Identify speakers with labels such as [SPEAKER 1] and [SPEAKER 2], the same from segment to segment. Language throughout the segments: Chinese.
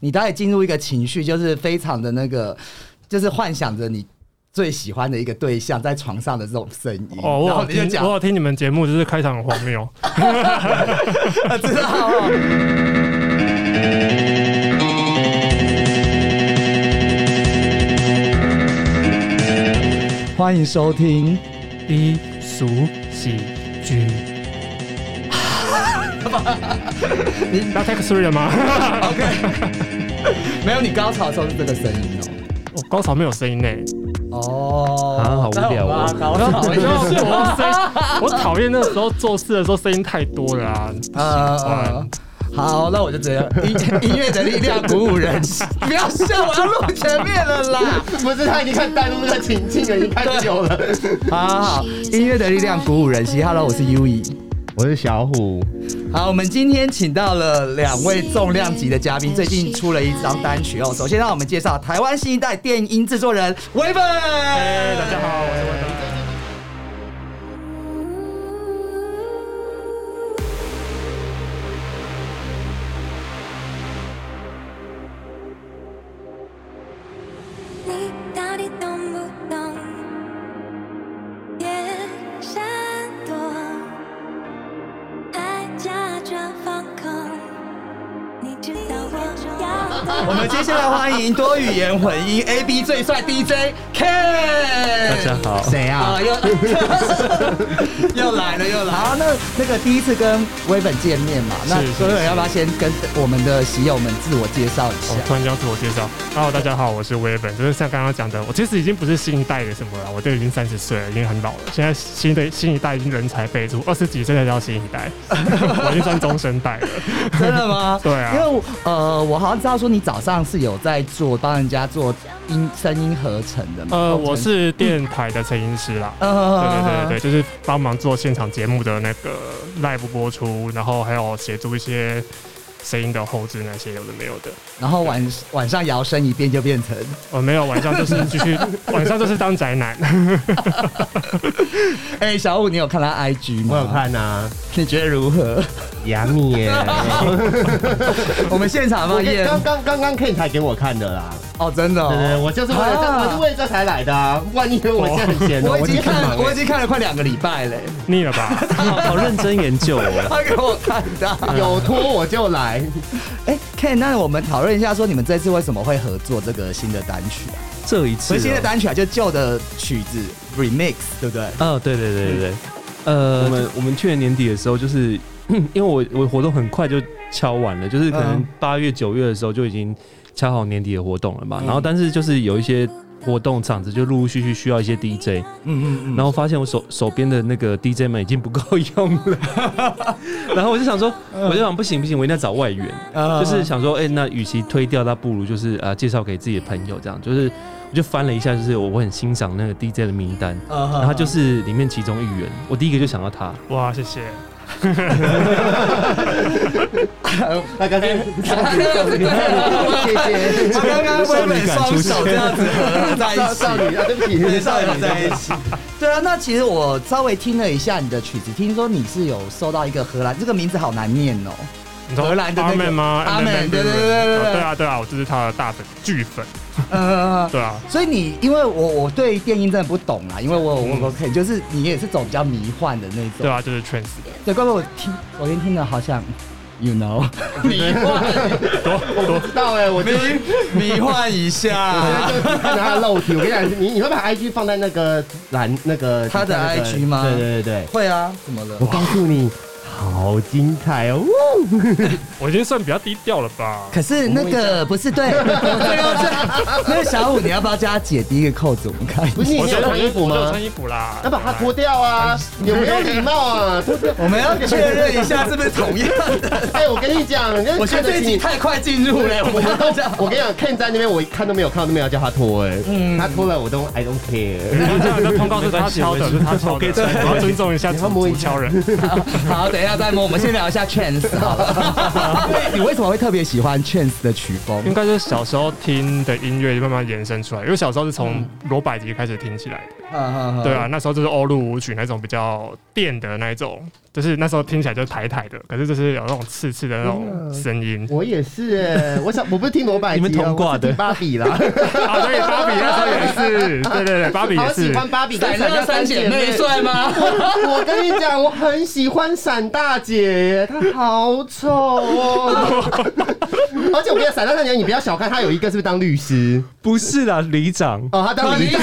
[SPEAKER 1] 你大概进入一个情绪，就是非常的那个，就是幻想着你最喜欢的一个对象在床上的这种声音。
[SPEAKER 2] 哦，我
[SPEAKER 1] 然后
[SPEAKER 2] 有
[SPEAKER 1] 你就
[SPEAKER 2] 听，
[SPEAKER 1] 讲
[SPEAKER 2] 我，有听你们节目，就是开场很荒谬。
[SPEAKER 1] 知道哦。欢迎收听，
[SPEAKER 2] 低俗喜 剧，要 take three 了吗？
[SPEAKER 1] 没有你高潮的时候是这个声音
[SPEAKER 2] 我高潮没有声音呢，
[SPEAKER 1] 哦。哦，
[SPEAKER 3] 啊好无聊哦
[SPEAKER 1] 那我妈高潮
[SPEAKER 2] 我
[SPEAKER 1] 一下。
[SPEAKER 2] 声，我讨厌那个时候做事的时候声音太多了啊。
[SPEAKER 1] 呃，呃好，那我就这样。音音乐的力量鼓舞人心，不要笑，我要录前面了啦。
[SPEAKER 3] 不是，他已经看带入那个情境了，已经看久了。
[SPEAKER 1] 好好好，音乐的力量鼓舞人心。Hello，我是 U E。
[SPEAKER 3] 我是小虎，
[SPEAKER 1] 好，我们今天请到了两位重量级的嘉宾，最近出了一张单曲哦。首先让我们介绍台湾新一代电音制作人 Waver。大
[SPEAKER 3] 哎
[SPEAKER 2] 大家好，我是文德。
[SPEAKER 4] 你到底懂不懂？别闪躲，还假装放空。你知道我要的。
[SPEAKER 1] 我们接下来欢迎多语言混音 A B 最帅 DJ Ken。
[SPEAKER 3] 大家好谁啊
[SPEAKER 1] 又 又来了又来了。好，那那个第一次跟威本见面嘛，那
[SPEAKER 2] 是是
[SPEAKER 1] 所有人要不要先跟我们的喜友们自我介绍一
[SPEAKER 2] 我
[SPEAKER 1] 下？
[SPEAKER 2] 突然间要自我介绍，Hello，大家好，我是威本，就是像刚刚讲的，我其实已经不是新一代的什么了，我都已经三十岁了，已经很老了。现在新的新一代已经人才辈出，二十几岁才叫新一 代，我已经算中生代了。
[SPEAKER 1] 真的吗？
[SPEAKER 2] 对啊
[SPEAKER 1] 因为我呃，我好像知道说你早上是有在做帮人家做音声音合成的嘛。
[SPEAKER 2] 呃，
[SPEAKER 1] 工程
[SPEAKER 2] 我是电台的成音师啦。对对
[SPEAKER 1] 呃
[SPEAKER 2] 对对，就是帮忙做现场节目的那个 live 播出，然后还有协助一些声音的后置那些有的没有的。
[SPEAKER 1] 然后晚晚上摇身一变就变成
[SPEAKER 2] 我、没有晚上就是继续，晚上就是当宅男。
[SPEAKER 1] 哎、小五，你有看他 IG 吗？
[SPEAKER 3] 我有，看啊，
[SPEAKER 1] 你觉得如何？
[SPEAKER 3] 牙蜜耶。
[SPEAKER 1] 我们现场
[SPEAKER 3] 我
[SPEAKER 1] 放夜
[SPEAKER 3] 跟刚刚刚刚 Ken 才给我看的啦，
[SPEAKER 1] 哦，真的、哦，
[SPEAKER 3] 对对对，我就是为了这，
[SPEAKER 1] 啊
[SPEAKER 3] 我是为了这才来的啊。万一我现在很闲哦，
[SPEAKER 1] 我已经
[SPEAKER 3] 很
[SPEAKER 1] 看，
[SPEAKER 3] 忙
[SPEAKER 1] 我
[SPEAKER 3] 哎
[SPEAKER 1] 已经看了快两个礼拜嘞，
[SPEAKER 2] 腻了吧？
[SPEAKER 5] 好认真研究哦。
[SPEAKER 1] 他给我看的。
[SPEAKER 3] 有托我就来。
[SPEAKER 1] 哎、k e n 那我们讨论一下，说你们这次为什么会合作这个新的单曲啊？
[SPEAKER 5] 这一
[SPEAKER 1] 不
[SPEAKER 5] 次、
[SPEAKER 1] 是
[SPEAKER 5] 哦，
[SPEAKER 1] 新的单曲啊，就旧的曲子 remix，对不对？
[SPEAKER 5] 哦，对对对对对，呃，我们我们去年年底的时候，就是 因为我我活动很快就敲完了，就是可能
[SPEAKER 1] 嗯
[SPEAKER 5] 八月九月的时候就已经敲好年底的活动了嘛。然后但是就是有一些活动场子就陆陆续续需要一些 DJ，
[SPEAKER 1] 嗯嗯嗯。
[SPEAKER 5] 然后发现我手手边的那个 DJ 们已经不够用了， 然后我就想说，我就想不行不行，我一定要找外援，
[SPEAKER 1] 嗯
[SPEAKER 5] 就是想说，哎、那与其推掉，那不如就是啊、呃介绍给自己的朋友这样，就是我就翻了一下，就是我很欣赏那个 DJ 的名单，
[SPEAKER 1] 嗯哼
[SPEAKER 5] 然后他就是里面其中一员，我第一个就想到他，
[SPEAKER 2] 哇，谢谢。
[SPEAKER 3] 那刚才谢谢
[SPEAKER 1] 他刚刚微微双手这样子合在
[SPEAKER 3] 少
[SPEAKER 1] 一起
[SPEAKER 3] 少。女啊，对不起，
[SPEAKER 1] 少女在一起，对啊，那其实我稍微听了一下你的曲子，听说你是有收到一个荷兰，这个名字好难念 哦，
[SPEAKER 2] 你说
[SPEAKER 1] 荷兰的那
[SPEAKER 2] 阿
[SPEAKER 1] 个
[SPEAKER 2] 妹吗？
[SPEAKER 1] 阿妹
[SPEAKER 2] Amen，
[SPEAKER 1] 对对对对对
[SPEAKER 2] 哦对啊对啊，我就是他的大粉巨粉，
[SPEAKER 1] 呃，
[SPEAKER 2] 对啊。
[SPEAKER 1] 所以你，因为我我对电音真的不懂啦，因为我有问过
[SPEAKER 2] 嗯
[SPEAKER 1] K，、就是你也是走比较迷幻的那种。
[SPEAKER 2] 对啊，就是 trans
[SPEAKER 1] 对，怪不得我听昨天听的好像，you know，迷 幻
[SPEAKER 2] 多多
[SPEAKER 3] 知道哎，我就是
[SPEAKER 1] 迷幻一
[SPEAKER 3] 我
[SPEAKER 1] 下
[SPEAKER 3] 就。是看他的肉体，我跟你讲，你你会把 IG 放在那个栏那个
[SPEAKER 1] 他的
[SPEAKER 3] 那个
[SPEAKER 1] IG 吗
[SPEAKER 3] 对对对对，
[SPEAKER 1] 会啊，怎么了
[SPEAKER 2] 哦
[SPEAKER 3] 我？告诉你，好精彩哦！
[SPEAKER 2] 我已经算比较低调了吧？
[SPEAKER 1] 可是那个不是对，对那个小五，你要不要叫他解第一个扣子？我们看一下
[SPEAKER 3] 不是你
[SPEAKER 2] 我
[SPEAKER 3] 有
[SPEAKER 2] 就
[SPEAKER 3] 穿衣服
[SPEAKER 2] 我就
[SPEAKER 3] 吗
[SPEAKER 2] 穿？衣服啦。
[SPEAKER 3] 要把它脱掉啊！有没有礼貌啊？脱 掉！
[SPEAKER 1] 我们要确认一下是不是同样的。
[SPEAKER 3] 哎，我跟你讲，人家
[SPEAKER 1] 我觉
[SPEAKER 3] 看
[SPEAKER 1] 得
[SPEAKER 3] 得
[SPEAKER 1] 这
[SPEAKER 3] 起
[SPEAKER 1] 一集
[SPEAKER 3] 你。
[SPEAKER 1] 太快进入了，我
[SPEAKER 3] 我
[SPEAKER 1] 们
[SPEAKER 3] 们都
[SPEAKER 1] 都这样，。
[SPEAKER 3] 我跟你讲，Ken 在那边，我一看都没有看，都没有叫他脱哎。
[SPEAKER 1] 嗯
[SPEAKER 3] 他脱了我都 I don't care。
[SPEAKER 2] 我这样的通告是他敲的，是他敲的，我要尊重一下
[SPEAKER 3] 你要摸
[SPEAKER 2] 主
[SPEAKER 3] 一下
[SPEAKER 2] 敲人。
[SPEAKER 1] 好，等一下再摸。我们先聊一下 Chance 好了。 你为什么会特别喜欢 Chance 的曲 风？
[SPEAKER 2] 应该就是小时候听的音乐慢慢延伸出来，因为小时候是从罗百吉开始听起来的，
[SPEAKER 1] 嗯嗯
[SPEAKER 2] 对啊，那时候就是欧陆舞曲那种比较电的那一种，就是那时候听起来就是台台的，可是就是有那种刺刺的那种声音。
[SPEAKER 3] 我也是欸，我想我不是听罗百吉哦，
[SPEAKER 5] 你们同挂的
[SPEAKER 3] 我是听芭比啦，
[SPEAKER 2] 啊，所以芭比那时候也是，对对对，芭比也
[SPEAKER 3] 好喜
[SPEAKER 2] 是。
[SPEAKER 3] 欢芭比跟
[SPEAKER 1] 奶
[SPEAKER 3] 闪
[SPEAKER 1] 乐
[SPEAKER 3] 亮
[SPEAKER 1] 三姐妹帅 吗？
[SPEAKER 3] 我跟你讲，我很喜欢闪大姐耶，她好丑哦。 而且我跟你讲，闪大姐，你不要小看她，有一个是不是当律师？
[SPEAKER 5] 不是啦，里长，
[SPEAKER 3] 哦，她当律师，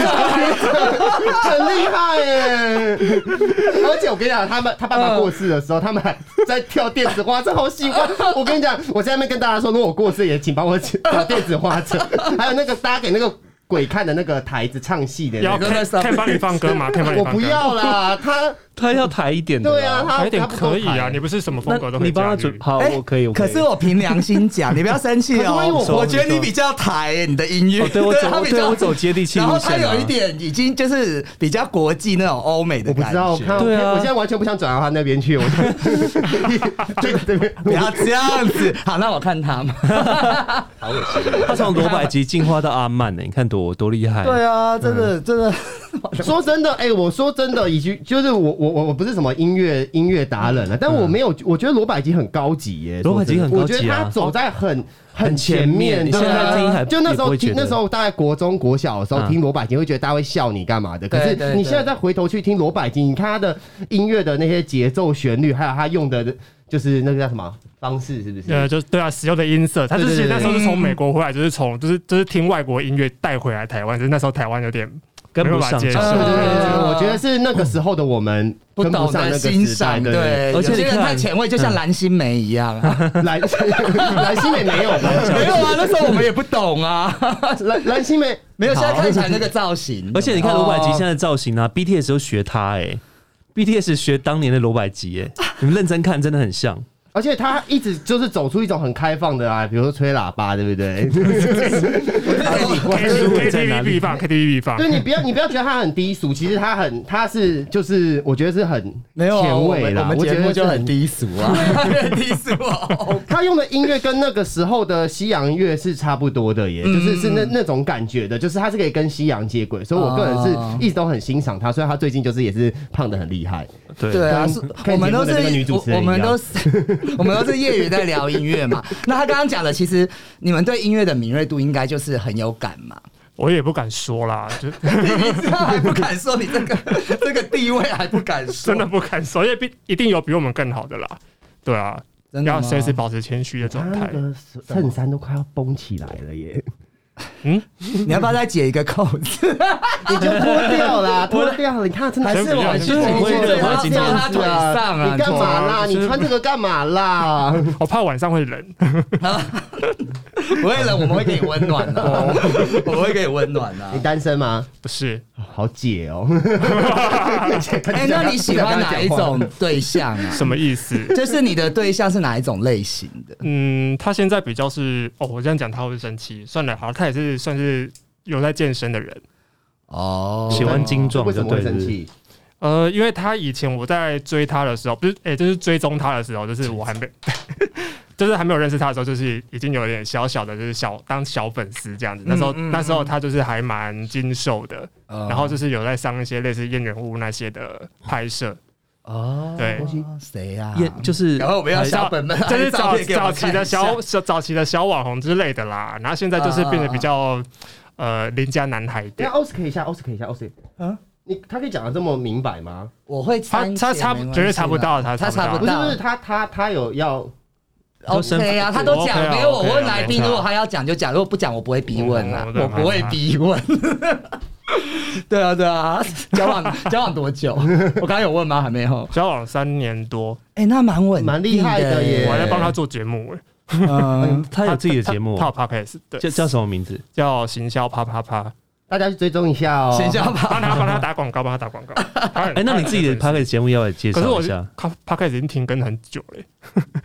[SPEAKER 3] 很厉害耶。而且我跟你讲，他们他爸爸过世的时候，他们还在跳电子花车，好喜欢。我跟你讲，我在那边跟大家说，如果我过世也请帮我跳电子花车， 还有那个搭给那个鬼看的那个台子唱戏的那
[SPEAKER 2] 要
[SPEAKER 3] 个。
[SPEAKER 2] 可以可以帮你放歌吗？可以帮你
[SPEAKER 3] 我
[SPEAKER 2] 放歌。
[SPEAKER 3] 不要啦，他
[SPEAKER 5] 他要抬一点的啦。
[SPEAKER 3] 对啊，他
[SPEAKER 2] 有点
[SPEAKER 3] 他不够
[SPEAKER 2] 可以啊，
[SPEAKER 3] 台
[SPEAKER 2] 你不是什么
[SPEAKER 5] 那
[SPEAKER 2] 风格都可
[SPEAKER 5] 你
[SPEAKER 2] 以
[SPEAKER 5] 帮
[SPEAKER 2] 驾
[SPEAKER 5] 他
[SPEAKER 2] 驭
[SPEAKER 5] 准。好，
[SPEAKER 1] 哎
[SPEAKER 5] 我可以，我
[SPEAKER 1] 可
[SPEAKER 5] 以
[SPEAKER 1] 是我凭良心讲，你不要生气
[SPEAKER 3] 可是万一
[SPEAKER 1] 哦
[SPEAKER 3] 我。
[SPEAKER 1] 我觉得你比较台欸，你的音乐，
[SPEAKER 5] 哦 对我走
[SPEAKER 1] 他比
[SPEAKER 5] 对
[SPEAKER 1] 较
[SPEAKER 5] 我走接地气
[SPEAKER 1] 然后
[SPEAKER 5] 路
[SPEAKER 1] 他
[SPEAKER 5] 线啊
[SPEAKER 1] 有一点已经就是比较国际那种欧美的
[SPEAKER 3] 我不
[SPEAKER 1] 感
[SPEAKER 3] 知道，我看
[SPEAKER 1] 觉。
[SPEAKER 5] 对啊
[SPEAKER 3] 我现在完全不想转到他那边去，我就就这边
[SPEAKER 1] 不要这样 子，好，那我看他嘛。
[SPEAKER 5] 他从罗百吉进化到阿曼呢、你看多多厉害。
[SPEAKER 1] 对啊，真的真的，
[SPEAKER 3] 说真的，哎、我说真的，以及就是我我我我不是什么音乐音乐达人了、但我没有，我觉得罗百吉很高级耶，
[SPEAKER 5] 罗百吉很高级啊
[SPEAKER 3] 我觉得他走在很
[SPEAKER 5] 很
[SPEAKER 3] 很
[SPEAKER 5] 前
[SPEAKER 3] 前
[SPEAKER 5] 面
[SPEAKER 3] 面，
[SPEAKER 5] 你现在听还
[SPEAKER 3] 就那时
[SPEAKER 5] 也不
[SPEAKER 3] 候
[SPEAKER 5] 会
[SPEAKER 3] 听
[SPEAKER 5] 觉，得
[SPEAKER 3] 那时候大概国中国小的时候
[SPEAKER 5] 嗯
[SPEAKER 3] 听罗百吉，会觉得大家会笑你干嘛的。可
[SPEAKER 1] 对
[SPEAKER 3] 是
[SPEAKER 1] 对对
[SPEAKER 3] 你现在再回头去听罗百吉，你看他的音乐的那些节奏、旋律，还有他用的就是那个叫什么方式，是不是？
[SPEAKER 2] 呃，就对啊，使用的音色，他就是
[SPEAKER 3] 对对对嗯
[SPEAKER 2] 那时候是从美国回来，就是从就是就是听外国音乐带回来台湾，就是那时候台湾有点
[SPEAKER 5] 跟不
[SPEAKER 2] 没有办法
[SPEAKER 5] 上
[SPEAKER 2] 接受
[SPEAKER 5] 脚
[SPEAKER 3] 对对对对
[SPEAKER 1] 呃
[SPEAKER 3] 对，我觉得是那个时候的我们
[SPEAKER 1] 不
[SPEAKER 3] 跟
[SPEAKER 1] 懂
[SPEAKER 3] 上那
[SPEAKER 1] 得
[SPEAKER 3] 个
[SPEAKER 1] 欣
[SPEAKER 3] 时代，
[SPEAKER 1] 赏，
[SPEAKER 3] 对对
[SPEAKER 1] 对，
[SPEAKER 5] 而且
[SPEAKER 1] 有些
[SPEAKER 5] 你
[SPEAKER 1] 人
[SPEAKER 5] 看
[SPEAKER 1] 太前卫，就
[SPEAKER 5] 嗯
[SPEAKER 1] 像蓝心湄一样啊。
[SPEAKER 3] 对，蓝 蓝心湄没有吧？
[SPEAKER 1] 没有啊，那时候我们也不懂 啊，
[SPEAKER 3] 蓝蓝心湄
[SPEAKER 1] 没有。现在看起来那个造型，
[SPEAKER 5] 嗯
[SPEAKER 1] 哦
[SPEAKER 5] 而且你看罗百吉现
[SPEAKER 1] 在
[SPEAKER 5] 在的造型啊、b t s 都学他哎、b t s 学当年的罗百吉哎、你们认真看真的很像。
[SPEAKER 3] 而且他一直就是走出一种很开放的啊，比如说吹喇叭，对不 对？
[SPEAKER 5] 是我在哪
[SPEAKER 2] KTV
[SPEAKER 5] 里
[SPEAKER 2] 必放，KTV 必放。
[SPEAKER 3] 对你不要你不要觉得他很低俗，其实他很他是就是我觉得是很
[SPEAKER 1] 没有啊
[SPEAKER 3] 前卫
[SPEAKER 1] 我
[SPEAKER 3] 啦，
[SPEAKER 1] 们我们
[SPEAKER 3] 我觉
[SPEAKER 1] 节目
[SPEAKER 3] 得
[SPEAKER 1] 就是很。低俗啊，很 低俗哦。
[SPEAKER 3] 他用的音乐跟那个时候的西洋乐是差不多的
[SPEAKER 1] 嗯
[SPEAKER 3] 耶，就是是那那种感觉的，就是他是可以跟西洋接轨，所以我个人
[SPEAKER 1] 哦
[SPEAKER 3] 是一直都很欣赏他，虽然他最近就是也是胖的很厉害。
[SPEAKER 5] 对
[SPEAKER 1] 对啊，
[SPEAKER 3] 跟
[SPEAKER 1] 是
[SPEAKER 3] 跟
[SPEAKER 1] 我们都是
[SPEAKER 3] 节目的那个女主持
[SPEAKER 1] 我
[SPEAKER 3] 人
[SPEAKER 1] 我
[SPEAKER 3] 一样
[SPEAKER 1] 们都是我们都是 业余在聊音乐嘛。 那他刚刚讲的，其实你们对音乐的敏锐度应该就是很有感嘛。
[SPEAKER 2] 我也不敢说啦， 就
[SPEAKER 1] 你这还不敢说，你这个 这个地位还不敢说，
[SPEAKER 2] 真的不敢说，因为必一定有比我们更好的啦。对啊，
[SPEAKER 1] 真的
[SPEAKER 2] 要
[SPEAKER 1] 吗
[SPEAKER 2] 随时保持谦虚的
[SPEAKER 3] 他
[SPEAKER 2] 状
[SPEAKER 3] 啊那
[SPEAKER 2] 态。
[SPEAKER 3] 个衬衫都快要绷起来了 耶，
[SPEAKER 1] 你要不要再解一个扣子？
[SPEAKER 3] 你啊就脱掉啦， 脱掉了，你看真的
[SPEAKER 1] 还是我
[SPEAKER 2] 我
[SPEAKER 1] 们
[SPEAKER 2] 们
[SPEAKER 1] 去
[SPEAKER 2] 去
[SPEAKER 1] 我
[SPEAKER 5] 我会热我会紧张
[SPEAKER 1] 他腿上啊，
[SPEAKER 3] 你干嘛啦？
[SPEAKER 2] 就
[SPEAKER 3] 你
[SPEAKER 2] 是
[SPEAKER 3] 穿这个干嘛啦？
[SPEAKER 2] 我怕晚上会冷，
[SPEAKER 1] 不会冷，我们会给你温暖的、 我们会给你温暖啊的、
[SPEAKER 3] 你单身吗？
[SPEAKER 2] 不是？
[SPEAKER 3] 好解哦。
[SPEAKER 1] 哎、
[SPEAKER 3] 哎
[SPEAKER 1] 那你喜欢哪一 种？对象 啊？
[SPEAKER 2] 什么意思？
[SPEAKER 1] 就是你的对象是哪一种类型的？
[SPEAKER 2] 嗯，他现在比较是哦，我这样讲他会生气。算了，好，他也是算是有在健身的人。
[SPEAKER 1] 哦，
[SPEAKER 5] 喜欢精壮
[SPEAKER 3] 为
[SPEAKER 5] 就
[SPEAKER 3] 什么
[SPEAKER 5] 对
[SPEAKER 3] 会
[SPEAKER 5] 了
[SPEAKER 3] 生。气？
[SPEAKER 2] 呃，因为他以前我在追他的时候，不是，哎、就是追踪他的时候，就是我还没， 就是还没有认识他的时候，就是已经有点小小的，就是小当小粉丝这样子。那时候，
[SPEAKER 1] 嗯嗯
[SPEAKER 2] 那时候他就是还蛮精瘦的，
[SPEAKER 1] 嗯
[SPEAKER 2] 然后就是有在上一些类似验人物那些的拍摄，
[SPEAKER 1] 哦，
[SPEAKER 2] 对，
[SPEAKER 1] 谁呀、
[SPEAKER 5] 也就是，
[SPEAKER 1] 啊
[SPEAKER 5] 哎
[SPEAKER 1] 然后我们要小本本，
[SPEAKER 2] 就是
[SPEAKER 1] 照
[SPEAKER 2] 早
[SPEAKER 1] 片给我
[SPEAKER 2] 早
[SPEAKER 1] 们
[SPEAKER 2] 期
[SPEAKER 1] 看
[SPEAKER 2] 的
[SPEAKER 1] 一下嗯
[SPEAKER 2] 小小早期的小网红之类的啦。然后现在就是变得比较呃邻家男孩一
[SPEAKER 3] 那
[SPEAKER 2] 点。
[SPEAKER 3] 奥斯哎卡一下，奥斯卡一下，奥斯卡。
[SPEAKER 1] 啊
[SPEAKER 3] 啊，你他可以讲的这么明白吗？
[SPEAKER 1] 我会
[SPEAKER 2] 他
[SPEAKER 1] 参
[SPEAKER 2] 他
[SPEAKER 1] 见
[SPEAKER 2] 差
[SPEAKER 1] 没关系
[SPEAKER 2] 绝对查不
[SPEAKER 1] 啦
[SPEAKER 2] 到，他
[SPEAKER 1] 他查
[SPEAKER 2] 不
[SPEAKER 1] 不
[SPEAKER 2] 到
[SPEAKER 1] 到
[SPEAKER 3] 不是不是，他他他有要
[SPEAKER 5] 都生
[SPEAKER 1] OK 啊，他都讲
[SPEAKER 2] OK 啊
[SPEAKER 1] 给我，我
[SPEAKER 2] OK 啊
[SPEAKER 1] 问来宾，
[SPEAKER 2] 没差
[SPEAKER 1] 如果他要讲就讲，如果不讲我不会逼问啊
[SPEAKER 2] 嗯，对
[SPEAKER 1] 我不会逼问。 对啊，对啊，交往交往多 久？我刚刚有问吗？还没有。
[SPEAKER 2] 交往三年多，
[SPEAKER 1] 哎，那蛮稳，
[SPEAKER 3] 蛮厉害的耶
[SPEAKER 2] 我还在帮他做节目、欸，
[SPEAKER 1] 嗯，
[SPEAKER 5] 他有自己的节目哦
[SPEAKER 2] 他，有 podcast，对，
[SPEAKER 5] 叫叫什么名字？
[SPEAKER 2] 叫行销啪啪啪，
[SPEAKER 3] 大家去追踪一下 哦。
[SPEAKER 1] 谁叫
[SPEAKER 2] 帮
[SPEAKER 1] 吧？
[SPEAKER 2] 他帮他打广告，帮他打广告。哎
[SPEAKER 5] 哎，那你 自己的 p o d c a s 节目要不要介
[SPEAKER 2] 可是
[SPEAKER 5] 绍
[SPEAKER 2] 我
[SPEAKER 5] 一下？
[SPEAKER 2] 他 podcast 已经停更很久了、 欸